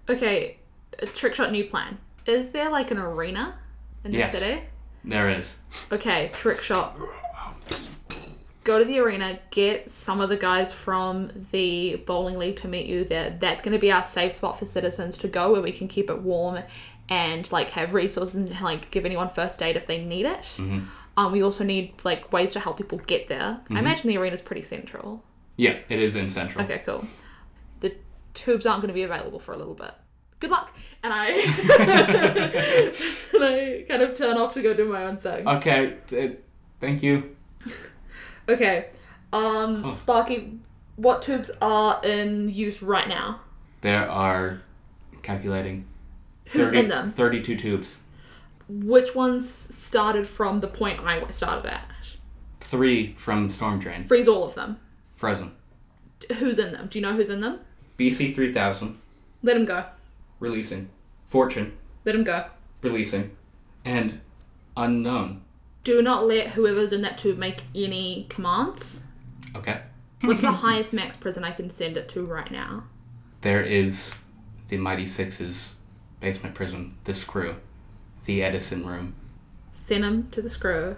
S6: Okay, a trick shot new plan. Is there like an arena in the
S4: Yes.
S6: city?
S4: There is.
S6: Okay, trick shot. Go to the arena, get some of the guys from the bowling league to meet you there. That's going to be our safe spot for citizens to go where we can keep it warm and like have resources and like give anyone first aid if they need it. Um, we also need like ways to help people get there. I imagine the arena's pretty central.
S4: Yeah, it is in Central.
S6: Okay, cool. The tubes aren't going to be available for a little bit. Good luck. And I and I kind of turn off to go do my own thing.
S4: Okay. t- thank you.
S6: Okay. Um, Sparky, what tubes are in use right now?
S4: There are calculating.
S6: Who's in them?
S4: Thirty-two tubes.
S6: Which ones started from the point I started at?
S4: Three from Storm Drain.
S6: Freeze all of them.
S4: Frozen.
S6: Who's in them? Do you know who's in them?
S4: BC three thousand.
S6: Let him go.
S4: Releasing. Fortune.
S6: Let him go.
S4: Releasing. And unknown.
S6: Do not let whoever's in that tube make any commands.
S4: Okay.
S6: What's the highest max prison I can send it to right now?
S4: There is the Mighty Six's basement prison, the screw, the Edison room.
S6: Send him to the screw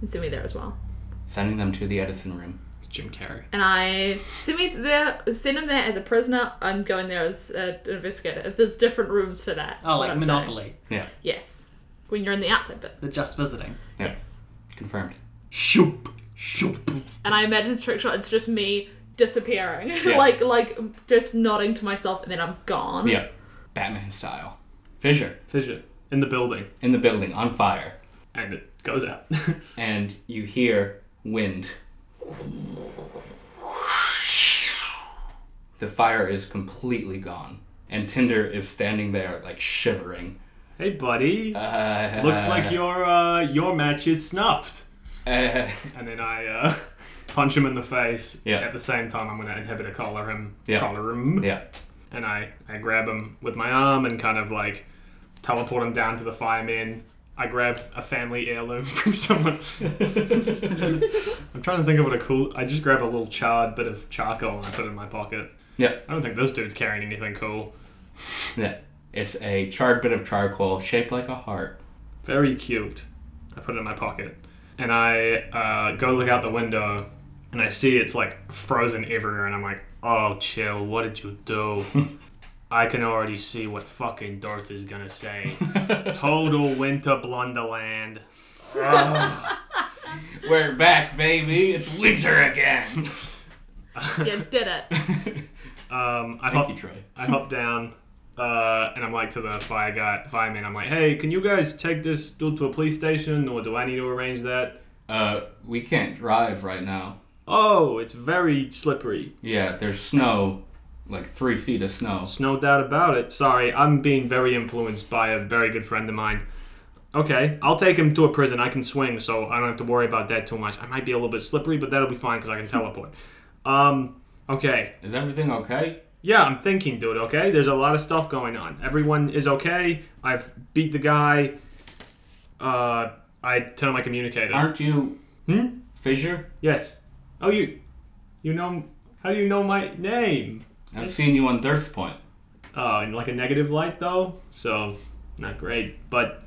S6: and send me there as well.
S4: Sending them to the Edison room.
S3: It's Jim Carrey.
S6: and I send me there, send him there as a prisoner. I'm going there as an investigator. If there's different rooms for that.
S2: Oh,
S6: is what
S2: like
S6: I'm
S2: Monopoly.
S6: saying.
S4: Yeah,
S6: Yes, when you're in the outside bit.
S2: They're just visiting.
S4: Yeah.
S6: Yes,
S4: confirmed.
S2: Shoop. Shoop.
S6: and I imagine the trick shot. It's just me disappearing, like like just nodding to myself, and then I'm gone.
S4: Yep. Batman style. Fissure
S5: Fissure in the building,
S4: in the building on fire,
S5: and it goes out.
S4: and you hear wind. The fire is completely gone, and Tinder is standing there like shivering.
S5: hey, buddy. Looks like your uh, your match is snuffed.
S4: Uh,
S5: And then I uh, punch him in the face.
S4: Yeah.
S5: At the same time, I'm going to inhibit a collar him.
S4: Yeah.
S5: Collar him.
S4: yeah.
S5: and I, I grab him with my arm and kind of like teleport him down to the firemen. I grab a family heirloom from someone. I'm trying to think of what a cool. I just grab a little charred bit of charcoal and I put it in my pocket.
S4: Yeah.
S5: I don't think this dude's carrying anything cool.
S4: Yeah. It's a charred bit of charcoal shaped like a heart.
S5: Very cute. I put it in my pocket. And I uh, go look out the window and I see it's like frozen everywhere. And I'm like, oh, chill, what did you do? I can already see what fucking Darth is gonna say. Total winter blunderland.
S4: We're back, baby. It's winter again.
S6: you did it.
S5: Um, I,
S4: Thank
S5: hop,
S4: you, Troy.
S5: I hop down uh, and I'm like to the fire guy, fireman, I'm like, hey, can you guys take this dude to a police station or do I need to arrange that?
S4: Uh, we can't drive right now.
S5: Oh, it's very slippery.
S4: Yeah, there's snow, like three feet of snow.
S5: There's no doubt about it. Sorry, I'm being very influenced by a very good friend of mine. Okay, I'll take him to a prison. I can swing, so I don't have to worry about that too much. I might be a little bit slippery, but that'll be fine because I can teleport. Um, okay.
S4: Is everything okay?
S5: Yeah, I'm thinking, dude, okay? There's a lot of stuff going on. Everyone is okay. I've beat the guy. Uh, I turn on my communicator.
S4: Aren't you? Hmm? Fissure?
S5: yes. Oh, you. You know. How do you know my name?
S4: I've seen you on Dearth Point.
S5: uh, in like a negative light though, so not great. But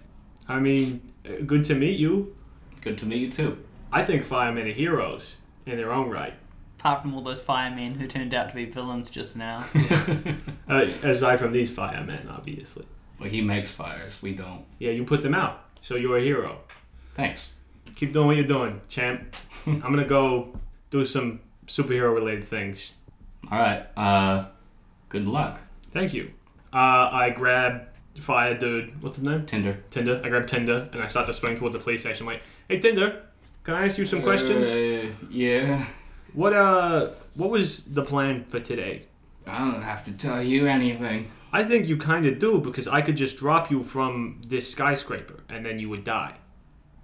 S5: I mean, uh, good to meet you.
S4: Good to meet you too.
S5: I think firemen are heroes in their own right.
S2: Apart from all those firemen who turned out to be villains just now.
S5: Uh, aside from these firemen, obviously.
S4: Well, he makes fires. We don't.
S5: Yeah, you put them out, so you're a hero.
S4: Thanks.
S5: Keep doing what you're doing, champ. I'm gonna go do some superhero related things.
S4: All right. Uh, good luck,
S5: Thank you. Uh, I grab Fire Dude. What's his name?
S4: Tinder.
S5: Tinder. I grab Tinder and I start to swing towards the police station. Wait, hey Tinder, can I ask you some questions?
S4: Uh, yeah.
S5: What uh what was the plan for today?
S4: I don't have to tell you anything.
S5: I think you kind of do because I could just drop you from this skyscraper and then you would die.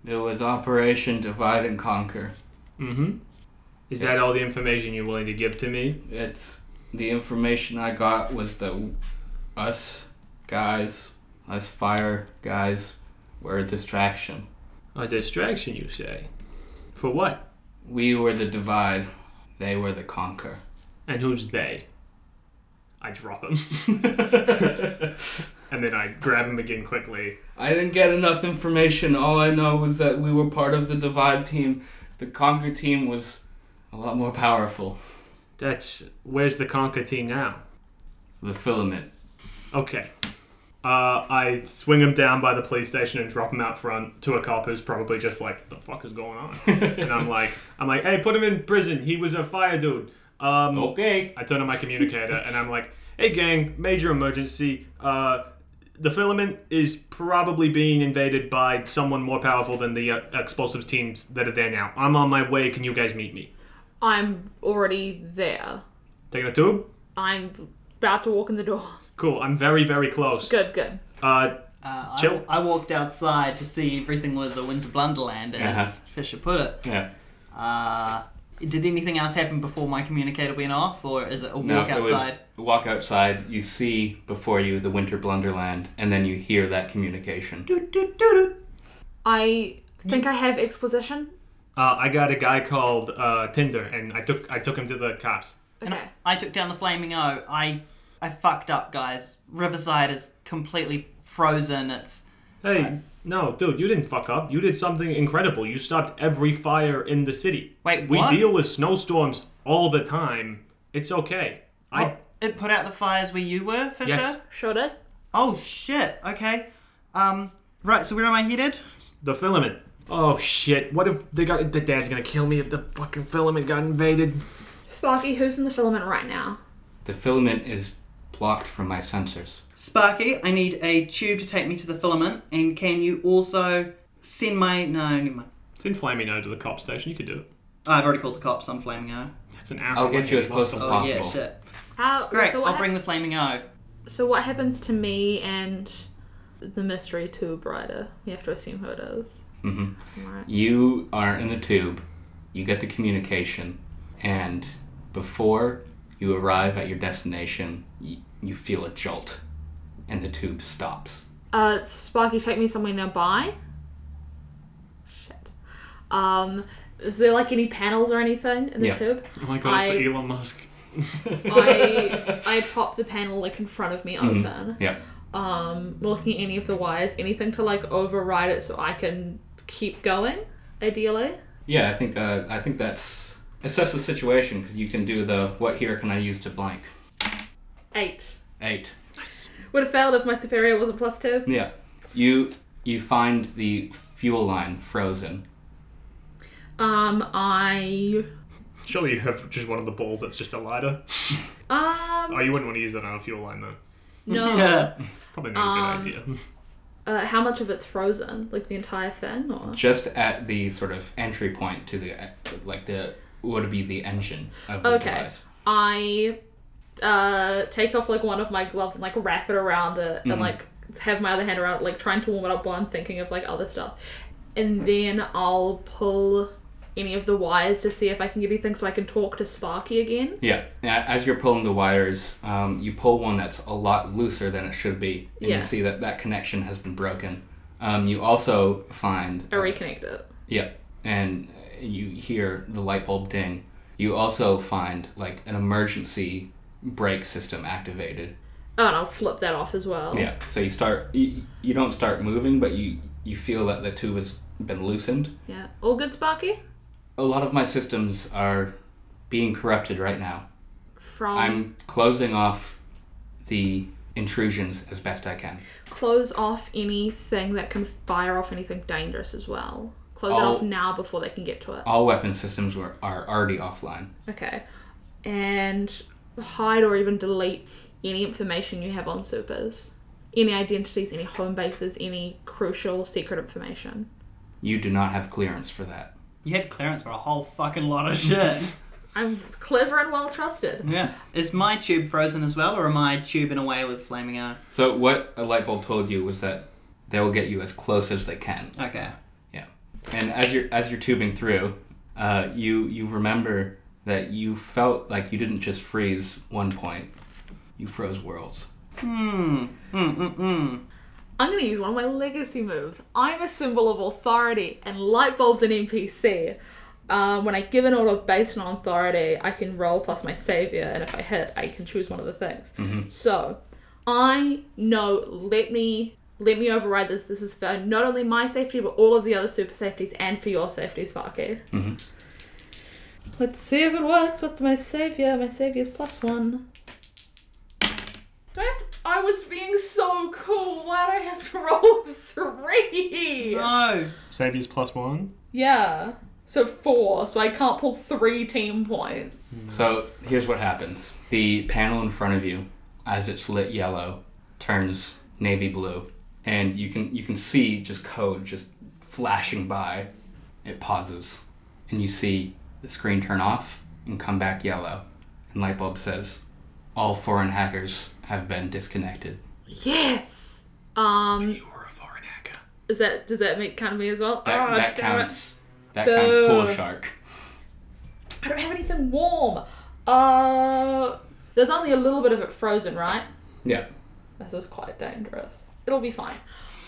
S4: It was Operation Divide and Conquer.
S5: Mm-hmm. Mhm. Is that all the information you're willing to give to me?
S4: It's the information I got was that us guys, us fire guys, were a distraction.
S5: A distraction, you say? For what?
S4: We were the divide, they were the conquer.
S5: And who's they? I drop him. and then I grab him again quickly.
S4: I didn't get enough information. All I know was that we were part of the divide team. The conquer team was a lot more powerful.
S5: That's. Where's the Conquer team now?
S4: The filament.
S5: Okay. Uh, I swing him down by the police station and drop him out front to a cop who's probably just like, "The fuck is going on?" and I'm like, "I'm like, hey, put him in prison. He was a fire dude." Um,
S4: Okay.
S5: I turn on my communicator and I'm like, hey gang, major emergency. Uh, the filament is probably being invaded by someone more powerful than the uh, explosives teams that are there now. I'm on my way. Can you guys meet me?
S6: I'm already there.
S5: Taking a tube?
S6: I'm about to walk in the door.
S5: Cool. I'm very, very close.
S6: Good, good.
S5: Uh,
S2: Uh,
S5: Chill.
S2: I, I walked outside to see everything was a winter blunderland, as
S4: Uh-huh.
S2: Fisher put it.
S4: Yeah.
S2: Uh, did anything else happen before my communicator went off, or is it a
S4: No,
S2: walk
S4: it was
S2: outside?
S4: walk outside. You see before you the winter blunderland, and then you hear that communication.
S5: uh,
S2: Doo, doo, doo, doo.
S6: I think I have exposition.
S5: uh, I got a guy called uh, Tinder, and I took I took him to the cops.
S2: And
S6: Okay.
S2: I, I took down the flaming O. I I fucked up, guys. Riverside is completely frozen. It's
S5: Hey, no, dude, you didn't fuck up. You did something incredible. You stopped every fire in the city.
S2: Wait,
S5: we
S2: what?
S5: deal with snowstorms all the time. It's okay. I
S2: oh, it put out the fires where you were, Fisher.
S5: Yes.
S6: Sure did.
S2: Oh shit. Okay. Um. Right. So where am I headed?
S5: The filament. Oh shit! What if they got the dad's gonna kill me if the fucking filament got invaded?
S6: Sparky, who's in the filament right now?
S4: The filament is blocked from my sensors.
S2: Sparky, I need a tube to take me to the filament, and can you also send my no? never mind.
S5: Send Flammy now to the cop station. You could do it.
S2: Oh, I've already called the cops on Flaming O.
S5: That's an hour.
S4: I'll get
S5: away.
S4: you as close as
S2: Oh
S4: possible.
S2: yeah, shit.
S6: How?
S2: Great.
S6: So what,
S2: I'll
S6: hap-
S2: bring the Flaming O.
S6: so what happens to me and the mystery tube rider? You have to assume who it is.
S4: You are in the tube, you get the communication, and before you arrive at your destination, you, you feel a jolt, and the tube stops.
S6: Uh, Sparky, take me somewhere nearby. Shit. Um, is there like any panels or anything in the
S4: Yeah.
S6: tube?
S5: Oh my god! It's
S6: I-
S5: the Elon Musk.
S6: I I pop the panel like in front of me open.
S4: Yep.
S6: Um, looking at any of the wires, anything to like override it so I can keep going, ideally.
S4: Yeah, I think uh, I think that's assess the situation because you can do the what here can I use to blank
S6: Eight.
S4: eight.
S6: Would have failed if my superior wasn't plus two.
S4: Yeah. You you find the fuel line frozen.
S6: Um, I
S5: Surely you have just one of the balls that's just a lighter.
S6: um
S5: Oh, you wouldn't want to use that on a fuel line though.
S6: no.
S2: Yeah.
S5: Probably not a good
S2: um,
S5: idea.
S6: Uh, how much of it's frozen? Like the entire thing, or
S4: Just at the sort of entry point to the like the would be the engine of the
S6: Okay.
S4: device.
S6: I uh, take off like one of my gloves and like wrap it around it
S4: Mm.
S6: and like have my other hand around it, like trying to warm it up while I'm thinking of like other stuff. And then I'll pull any of the wires to see if I can get anything so I can talk to Sparky again.
S4: Yeah, a- as you're pulling the wires, um, you pull one that's a lot looser than it should be, and
S6: Yeah.
S4: you see that that connection has been broken. Um, you also find,
S6: I reconnect it.
S4: yep, and uh, you hear the light bulb ding. You also find like an emergency brake system activated.
S6: Oh, and I'll flip that off as well.
S4: Yeah, so you start, you, you don't start moving, but you you feel that the tube has been loosened.
S6: Yeah. All good, Sparky?
S4: A lot of my systems are being corrupted right now.
S6: From
S4: I'm closing off the intrusions as best I can.
S6: close off anything that can fire off anything dangerous as well. Close it
S4: I'll-
S6: off now before they can get to it.
S4: all weapon systems were are already offline.
S6: Okay. And hide or even delete any information you have on supers. Any identities, any home bases, any crucial secret information.
S4: You do not have clearance for that.
S2: You had clearance for a whole fucking lot of shit.
S6: I'm clever and well trusted.
S2: yeah. Is my tube frozen as well, or am I tubing away with Flaming O?
S4: So what a light bulb told you was that they will get you as close as they can.
S2: Okay.
S4: Yeah. And as you're as you're tubing through, uh, you you remember that you felt like you didn't just freeze one point, you froze worlds.
S6: I'm going to use one of my legacy moves. I'm a symbol of authority, and light bulbs an NPC. Um, when I give an order based on authority, I can roll plus my savior, and if I hit, I can choose one of the things. So, I know. Let me let me override this. This is for not only my safety, but all of the other super safeties, and for your safety, Sparky. Let's see if it works. What's my savior? My savior's plus one. Do I have to- I was being so cool. Why do I have to roll three?
S2: No.
S5: Saviors plus one.
S6: Yeah. So four. So I can't pull three team
S5: Hmm.
S6: points.
S4: So here's what happens the panel in front of you, as it's lit yellow, turns navy blue, and you can you can see just code just flashing by. It pauses, and you see the screen turn off and come back yellow, and Lightbulb says, "All foreign hackers have been disconnected."
S6: Yes. Um.
S5: You were a foreign hacker.
S6: Is that does that make count of me as well?
S4: That,
S6: Ah,
S4: that
S6: damn it.
S4: counts. That counts. Pool
S6: Boo.
S4: shark.
S6: I don't have anything warm. Uh. There's only a little bit of it frozen, right?
S4: Yeah.
S6: This is quite dangerous. It'll be fine.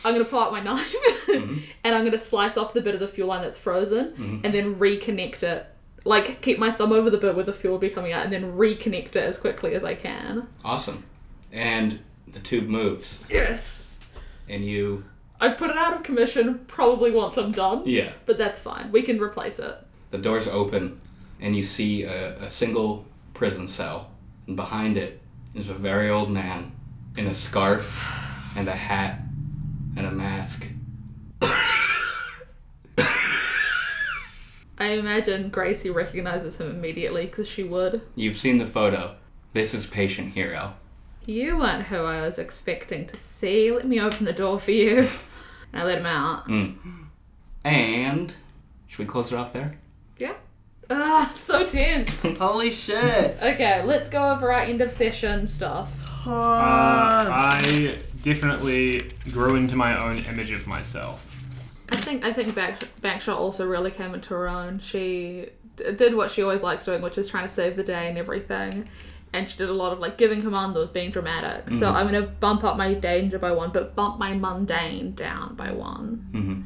S6: I'm gonna pull out my knife
S5: Mm-hmm.
S6: and I'm gonna slice off the bit of the fuel line that's frozen and then reconnect it. Like keep my thumb over the bit where the fuel will be coming out and then reconnect it as quickly as I can.
S4: Awesome. And the tube moves,
S6: Yes.
S4: and you.
S6: I put it out of commission probably once I'm done.
S4: Yeah.
S6: But that's fine. We can replace it.
S4: The doors open, and you see a, a single prison cell. And behind it is a very old man in a scarf and a hat and a mask.
S6: I imagine Gracie recognizes him immediately because she would.
S4: You've seen the photo. This is Patient Hero.
S6: You weren't who I was expecting to see. Let me open the door for you. And I let him out.
S4: And. Should we close it off there?
S6: Yeah. Ah, so tense.
S2: Holy shit.
S6: Okay, let's go over our end of session stuff.
S5: Uh, I definitely grew into my own image of myself.
S6: I think I think Back, Backshot also really came into her own. She d- did what she always likes doing, which is trying to save the day and everything. And she did a lot of like giving commandos, being dramatic. So I'm gonna bump up my danger by one, but bump my mundane down by one.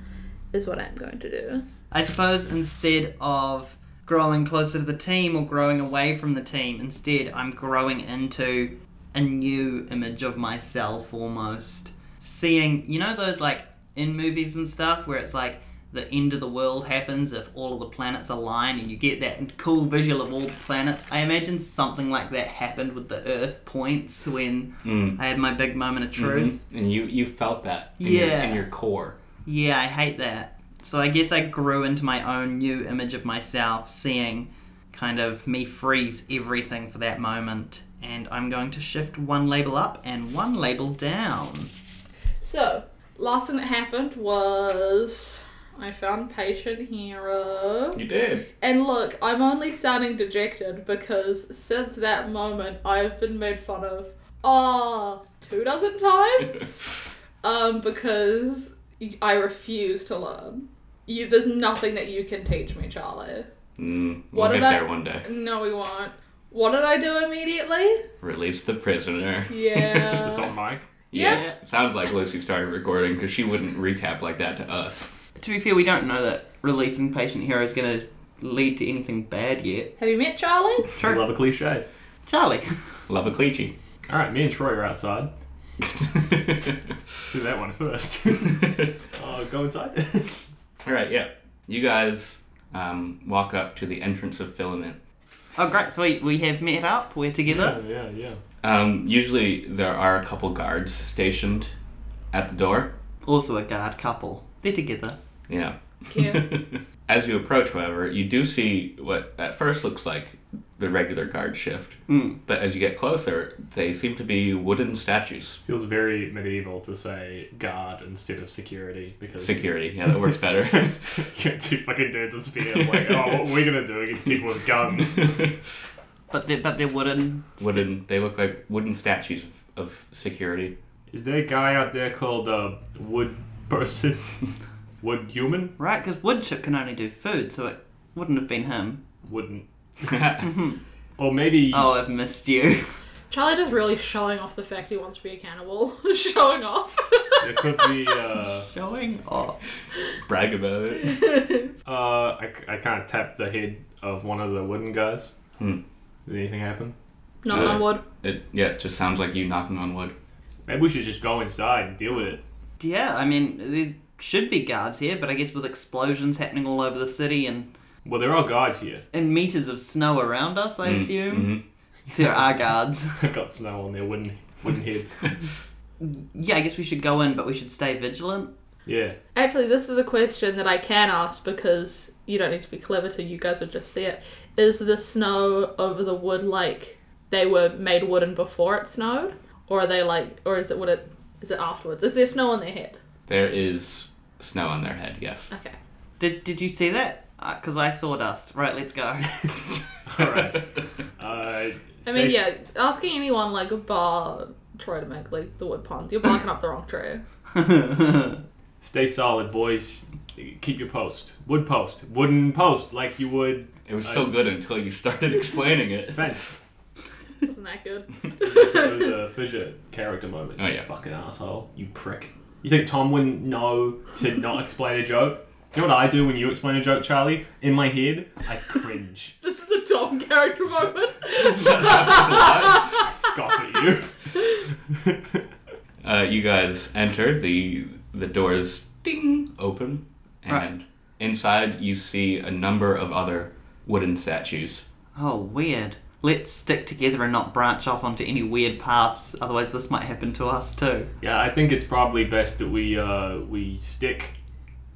S6: Is what I'm going to do.
S2: I suppose instead of growing closer to the team or growing away from the team, instead I'm growing into a new image of myself almost. Seeing, you know, those like in movies and stuff where it's like the end of the world happens if all of the planets align and you get that cool visual of all the planets. I imagine something like that happened with the Earth points when I had my big moment of truth.
S4: Mm-hmm. And you, you felt that in, your,
S2: Yeah.
S4: in your core.
S2: Yeah, I hate that. So I guess I grew into my own new image of myself, seeing kind of me freeze everything for that moment. And I'm going to shift one label up and one label down.
S6: So last thing that happened was I found patient hero.
S4: You did.
S6: And look, I'm only sounding dejected because since that moment, I've been made fun of ah two dozen times. um, because I refuse to learn. You, there's nothing that you can teach me, Charlie.
S4: Mm, we'll
S6: What
S4: get
S6: did I-
S4: there one day.
S6: No, we won't. What did I do immediately?
S4: Release the prisoner.
S5: Is this
S6: Yeah.
S5: on mic?
S4: Yes. Sounds like Lucy started recording because she wouldn't recap like that to us.
S2: To be fair, we don't know that releasing Patient Hero is going to lead to anything bad yet.
S6: Have you met Charlie?
S2: Sure.
S3: Love a cliche.
S2: Charlie.
S4: Love a cliche.
S5: All right, me and Troy are outside. Do that one first. uh, go inside.
S4: All right, yeah. You guys um, walk up to the entrance of Filament.
S2: oh, great. So we, we have met up. We're together.
S5: Uh, yeah, yeah.
S4: Um, usually, there are a couple guards stationed at the door.
S2: Also a guard couple. They're together.
S4: Yeah.
S6: Cute.
S4: As you approach, however, you do see what at first looks like the regular guard shift, but as you get closer, they seem to be wooden statues.
S5: Feels very medieval to say guard instead of security because
S4: Security, yeah, that works better.
S5: you got two fucking dudes with spears. Like, oh, what are we gonna do against people with guns?
S2: But they're, but they're wooden.
S4: wooden. They look like wooden statues of, of security.
S5: Is there a guy out there called uh, Wood Person? Wood Human?
S2: Right? Because woodchip can only do food, so it wouldn't have been him.
S5: Wouldn't. Or maybe
S2: Oh, I've missed you.
S6: Charlie just really showing off the fact he wants to be a cannibal. showing off.
S5: it could be. Uh,
S2: Showing off.
S7: Brag about it.
S5: uh, I, I kind of tapped the head of one of the wooden guys.
S7: Hmm.
S5: Did anything happen?
S6: Not
S7: Yeah.
S6: on wood.
S7: It yeah, it just sounds like you knocking on wood.
S5: Maybe we should just go inside and deal with it.
S2: Yeah, I mean, there should be guards here, but I guess with explosions happening all over the city and,
S5: Well, there are guards here.
S2: and meters of snow around us,
S5: Mm,
S2: I assume,
S7: Mhm.
S5: mm-hmm.
S2: there are guards.
S5: They've got snow on their wooden wooden heads.
S2: Yeah, I guess we should go in, but we should stay vigilant.
S5: yeah.
S6: Actually, this is a question that I can ask because you don't need to be clever to you guys would just see it. Is the snow over the wood like they were made wooden before it snowed, or are they like, or is it what it is it afterwards? Is there snow on their head?
S7: There is snow on their head. Yes.
S6: Okay.
S2: Did, did you see that? Because I saw dust. Right, let's go.
S5: All right. Uh,
S6: I mean,
S5: Stace-
S6: yeah, asking anyone like a bar try to make like the wood pond, you're barking up the wrong tree.
S5: Stay solid, boys. Keep your post. Wood post. Wooden post, like you would
S7: It was so good until you started explaining it.
S5: fence.
S6: Wasn't that good?
S5: it was a Fisher character moment.
S7: Oh, yeah.
S5: Fucking asshole. You prick. You think Tom wouldn't know to not explain a joke? You know what I do when you explain a joke, Charlie? In my head, I cringe.
S6: This is a Tom character moment.
S5: I scoff at you.
S7: Uh, you guys enter the the doors ding open and
S2: Right.
S7: inside you see a number of other wooden statues.
S2: oh, weird. Let's stick together and not branch off onto any weird paths, otherwise, this might happen to us too.
S5: Yeah, I think it's probably best that we uh, we stick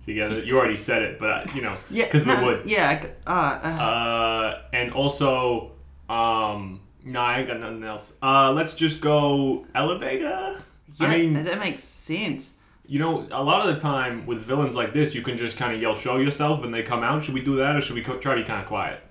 S5: together. You already said it, but I, you know,
S2: Yeah,
S5: because of
S2: no,
S5: the wood.
S2: Yeah, I c- uh, uh,
S5: Uh, and also, um, no, I ain't got nothing else. Uh, let's just go elevator.
S2: yeah,
S5: I mean,
S2: that makes sense.
S5: you know, a lot of the time with villains like this, you can just kind of yell "show yourself" and they come out. Should we do that, or should we co- try to be kind of quiet?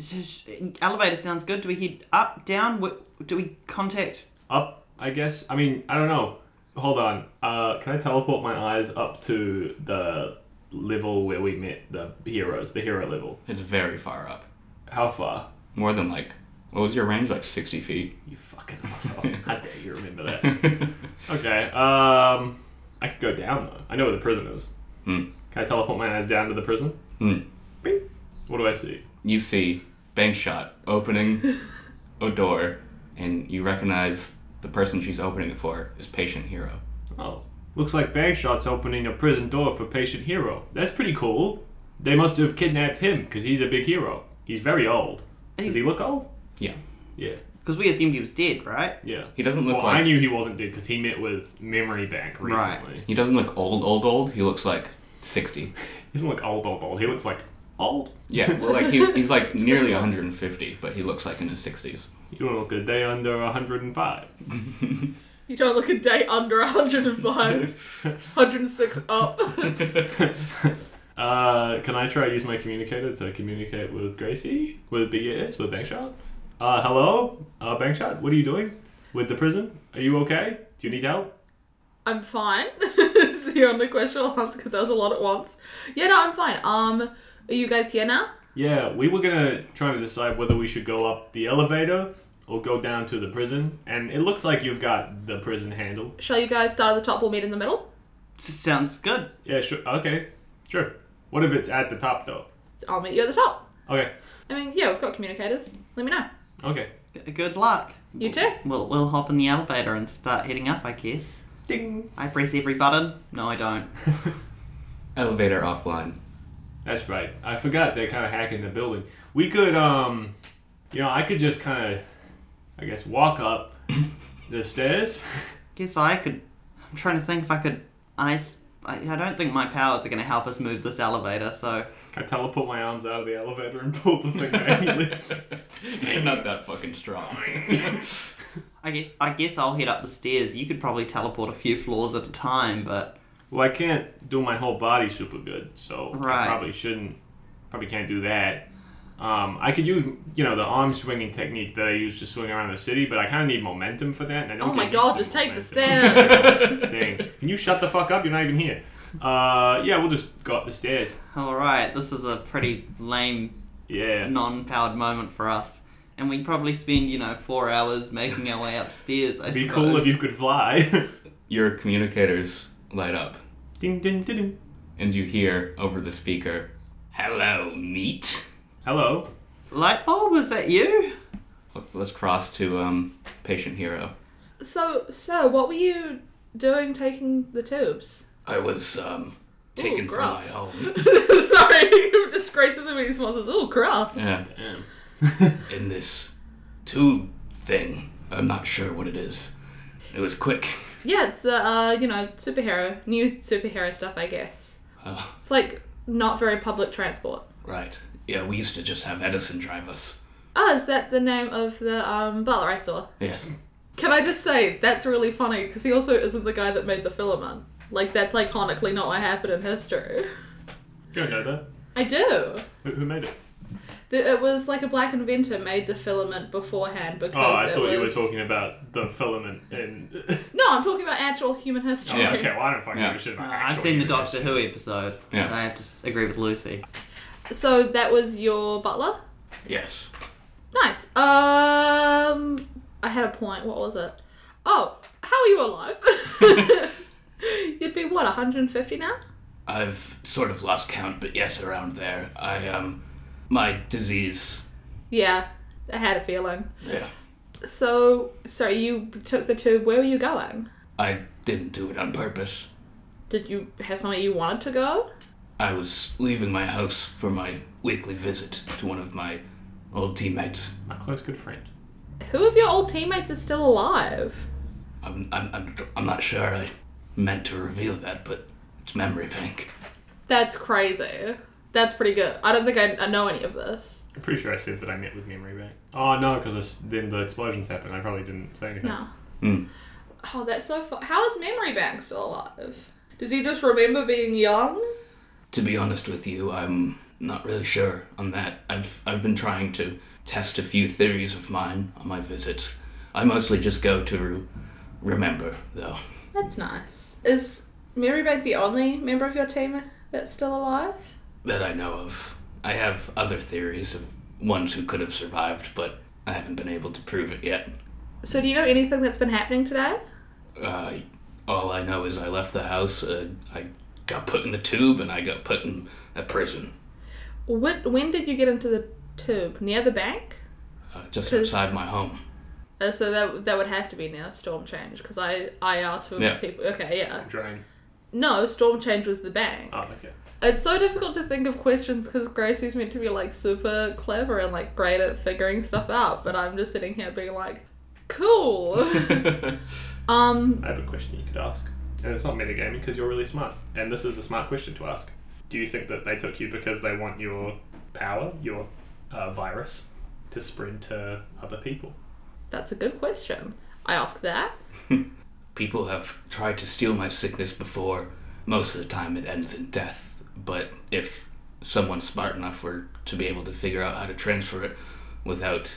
S2: Sh- sh- Elevator sounds good. Do we head up, down? Wh- Do we contact?
S5: Up, I guess. I mean, I don't know. Hold on. Uh, can I teleport my eyes up to the level where we met the heroes, the hero level?
S7: It's very far up.
S5: How far?
S7: More than like what was your range? Like sixty feet.
S5: You fucking asshole. How dare you remember that? okay. Um, I could go down though. I know where the prison is.
S7: Hmm.
S5: Can I teleport my eyes down to the prison?
S7: Hmm.
S5: Beep. What do I see?
S7: You see bank shot opening a door and you recognize the person she's opening it for is patient hero.
S5: Oh, looks like Bagshot's opening a prison door for patient hero. That's pretty cool. They must have kidnapped him because he's a big hero. He's very old. Does he look old?
S7: Yeah.
S5: Yeah.
S2: Because we assumed he was dead, right?
S5: Yeah.
S7: He doesn't look
S5: Well,
S7: like
S5: I knew he wasn't dead because he met with Memory Bank
S2: Right.
S5: recently.
S7: he doesn't look old old old. He looks like sixty.
S5: He doesn't look old, old, old. He looks like old.
S7: Yeah, well like he's he's like nearly hundred and fifty, but he looks like in his sixties.
S5: You don't look a day under 105.
S6: You don't look a day under 105. 106 up.
S5: Uh, can I try to use my communicator to communicate with Gracie? With BS? With Bankshot? Uh, hello? Uh, Bankshot, what are you doing? With the prison? Are you okay? Do you need help?
S6: I'm fine. it's the only question I'll answer because that was a lot at once. Yeah, no, I'm fine. Um, are you guys here now?
S5: Yeah, we were gonna try to decide whether we should go up the elevator or go down to the prison. And it looks like you've got the prison handle.
S6: Shall you guys start at the top? We'll meet in the middle.
S2: S- sounds good.
S5: Yeah, sure. Okay, sure. What if it's at the top though?
S6: I'll meet you at the top.
S5: Okay,
S6: I mean, yeah, we've got communicators. Let me know.
S5: okay.
S2: G- good luck.
S6: You too.
S2: We'll we'll hop in the elevator and start heading up. I guess.
S5: Ding.
S2: I press every button. No, I don't.
S7: Elevator offline.
S5: That's right. I forgot they're kind of hacking the building. We could, um, you know, I could just kind of, I guess, walk up the stairs.
S2: Guess I could. I'm trying to think if I could. I s- I, I don't think my powers are going to help us move this elevator. So
S5: I teleport my arms out of the elevator and pull the thing manually.
S7: I'm not that fucking strong.
S2: I guess I guess I'll head up the stairs. You could probably teleport a few floors at a time, but
S5: well, I can't do my whole body super good, so I
S2: Right.
S5: probably shouldn't. Probably can't do that. Um, I could use, you know, the arm swinging technique that I use to swing around the city, but I kind of need momentum for that, and I don't.
S6: Oh my
S5: get
S6: god, just
S5: used to
S6: take the
S5: momentum.
S6: stairs.
S5: Dang. Can you shut the fuck up? You're not even here. Uh, yeah, we'll just go up the stairs.
S2: all right. This is a pretty lame
S5: Yeah.
S2: non-powered moment for us. And we'd probably spend, you know, four hours making our way upstairs, I
S5: It'd be
S2: suppose.
S5: cool if you could fly.
S4: Your communicators light up,
S5: ding, ding, ding, ding.
S4: and you hear over the speaker, "Hello, meat."
S5: Hello.
S2: Light bulb, is that you?
S4: Let's- Let's cross to um, patient hero.
S6: So, so what were you doing taking the tubes?
S4: I was um, taken from
S6: gruff.
S4: my home.
S6: Sorry, you just graces him and he smiles. Oh, crap.
S4: Yeah. In this tube thing. I'm not sure what it is. It was quick.
S6: Yeah, it's the uh, you know superhero, new superhero stuff, I guess.
S4: Oh.
S6: It's like not very public transport.
S4: Right. Yeah, we used to just have Edison drive us.
S6: Oh, is that the name of the um, butler I saw?
S4: Yes.
S6: Can I just say that's really funny because he also isn't the guy that made the filament. Like that's iconically not what happened in history.
S5: You don't know that.
S6: I do.
S5: Who, who made it?
S6: The- It was like a black inventor made the filament beforehand because.
S5: Oh, I
S6: it
S5: thought
S6: was...
S5: you were talking about the filament in. Oh,
S6: No, I'm talking about actual human history.
S4: Yeah.
S5: Okay, well, I don't fucking
S4: Yeah.
S5: give a shit
S2: Uh,
S5: about
S2: I've
S5: actual
S2: seen the
S5: humans.
S2: Doctor Who episode.
S4: Yeah.
S2: And I have to s- agree with Lucy.
S6: So that was your butler.
S4: Yes.
S6: Nice. Um, I had a point. What was it? Oh, how are you alive? You'd be what 150 now?
S4: I've sort of lost count, but yes, around there. I, um, my disease.
S6: Yeah, I had a feeling.
S4: Yeah.
S6: So, so you took the tube. Where were you going?
S4: I didn't do it on purpose.
S6: Did you have somewhere you wanted to go?
S4: I was leaving my house for my weekly visit to one of my old teammates.
S5: My close good friend.
S6: Who of your old teammates is still alive?
S4: I'm, I'm, I'm, I'm not sure I meant to reveal that, but it's memory bank.
S6: That's crazy. That's pretty good. I don't think I, I know any of this.
S5: I'm pretty sure I said that I met with Memory Bank. Oh, no, because then the explosions happened. I probably didn't say anything.
S6: No.
S4: Hmm.
S6: Oh, that's so. Fu- How is Memory Bank still alive? Does he just remember being young?
S4: To be honest with you, I'm not really sure on that. I've, I've been trying to test a few theories of mine on my visits. I mostly just go to re- remember, though.
S6: That's nice. Is Mary Bank the only member of your team that's still alive?
S4: that I know of. I have other theories of ones who could have survived, but I haven't been able to prove it yet.
S6: So do you know anything that's been happening today?
S4: Uh, all I know is I left the house, uh, I got put in a tube, and I got put in a prison
S6: What, when did you get into the tube? Near the bank?
S4: uh, just
S6: Cause-
S4: outside my home.
S6: Uh, so that that would have to be now storm change because I I asked for
S4: Yeah.
S6: people. Okay, yeah.
S5: Drain.
S6: No, storm change was the bank.
S5: Oh, okay.
S6: It's so difficult to think of questions because Gracie's meant to be like super clever and like great at figuring stuff out, but I'm just sitting here being like, cool. um,
S5: I have a question you could ask. And it's not metagaming because you're really smart. And this is a smart question to ask. Do you think that they took you because they want your power, your uh, virus, to spread to other people?
S6: that's a good question. I ask that.
S4: People have tried to steal my sickness before. Most of the time, it ends in death. But if someone smart enough were to be able to figure out how to transfer it without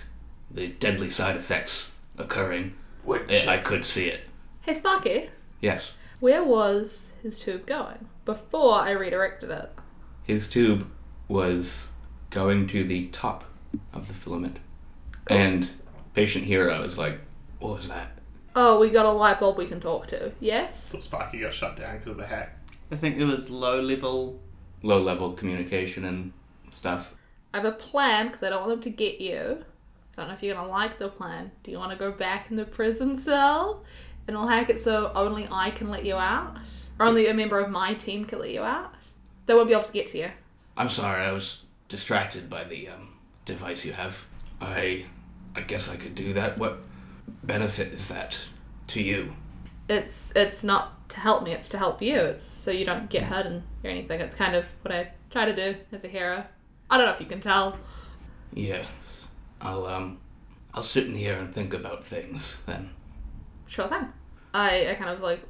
S4: the deadly side effects occurring,
S5: Which?
S4: I, I could see it.
S6: Hey Sparky,
S4: Yes.
S6: where was his tube going before I redirected it?
S4: His tube was going to the top of the filament. And patient hero is like, what was that?
S6: Oh, we got a light bulb we can talk to. Yes.
S5: thought Sparky got shut down because of the hack.
S2: I think there was low level.
S4: Low level communication and stuff.
S6: I have a plan because I don't want them to get you. I don't know if you're gonna like the plan. Do you want to go back in the prison cell, and we'll hack it so only I can let you out, or only a member of my team can let you out? They won't be able to get to you.
S4: I'm sorry, I was distracted by the um, device you have. I, I guess I could do that. What benefit is that to you?
S6: It's it's not to help me. It's to help you. It's so you don't get hurt and or anything. It's kind of what I try to do as a hero. I don't know if you can tell.
S4: Yes, I'll um, I'll sit in here and think about things then.
S6: Sure thing. I, I kind of like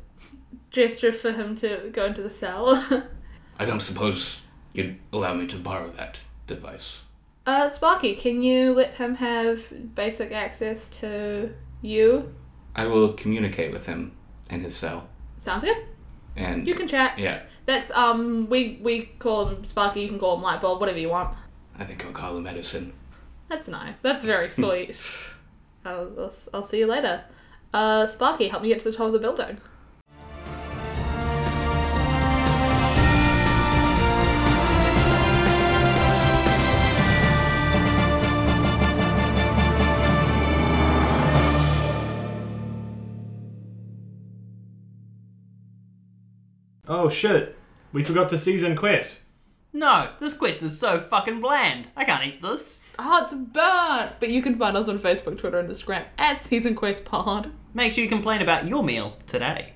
S6: gesture for him to go into the cell.
S4: I don't suppose you'd allow me to borrow that device.
S6: uh, Sparky, can you let him have basic access to you?
S4: I will communicate with him in his cell.
S6: Sounds good.
S4: And
S6: You can chat.
S4: yeah,
S6: That's um we we call him Sparky. You can call him Lightbulb, whatever you want.
S7: I think I'll call the medicine.
S6: That's nice. That's very sweet. I'll, I'll, I'll see you later. Uh, Sparky, help me get to the top of the building.
S5: Oh shit, we forgot to season quest.
S2: No, this quest is so fucking bland. I can't eat this.
S1: Hearts Oh, burnt! But you can find us on Facebook, Twitter, and Instagram at Season Quest Pod.
S2: Make sure you complain about your meal today.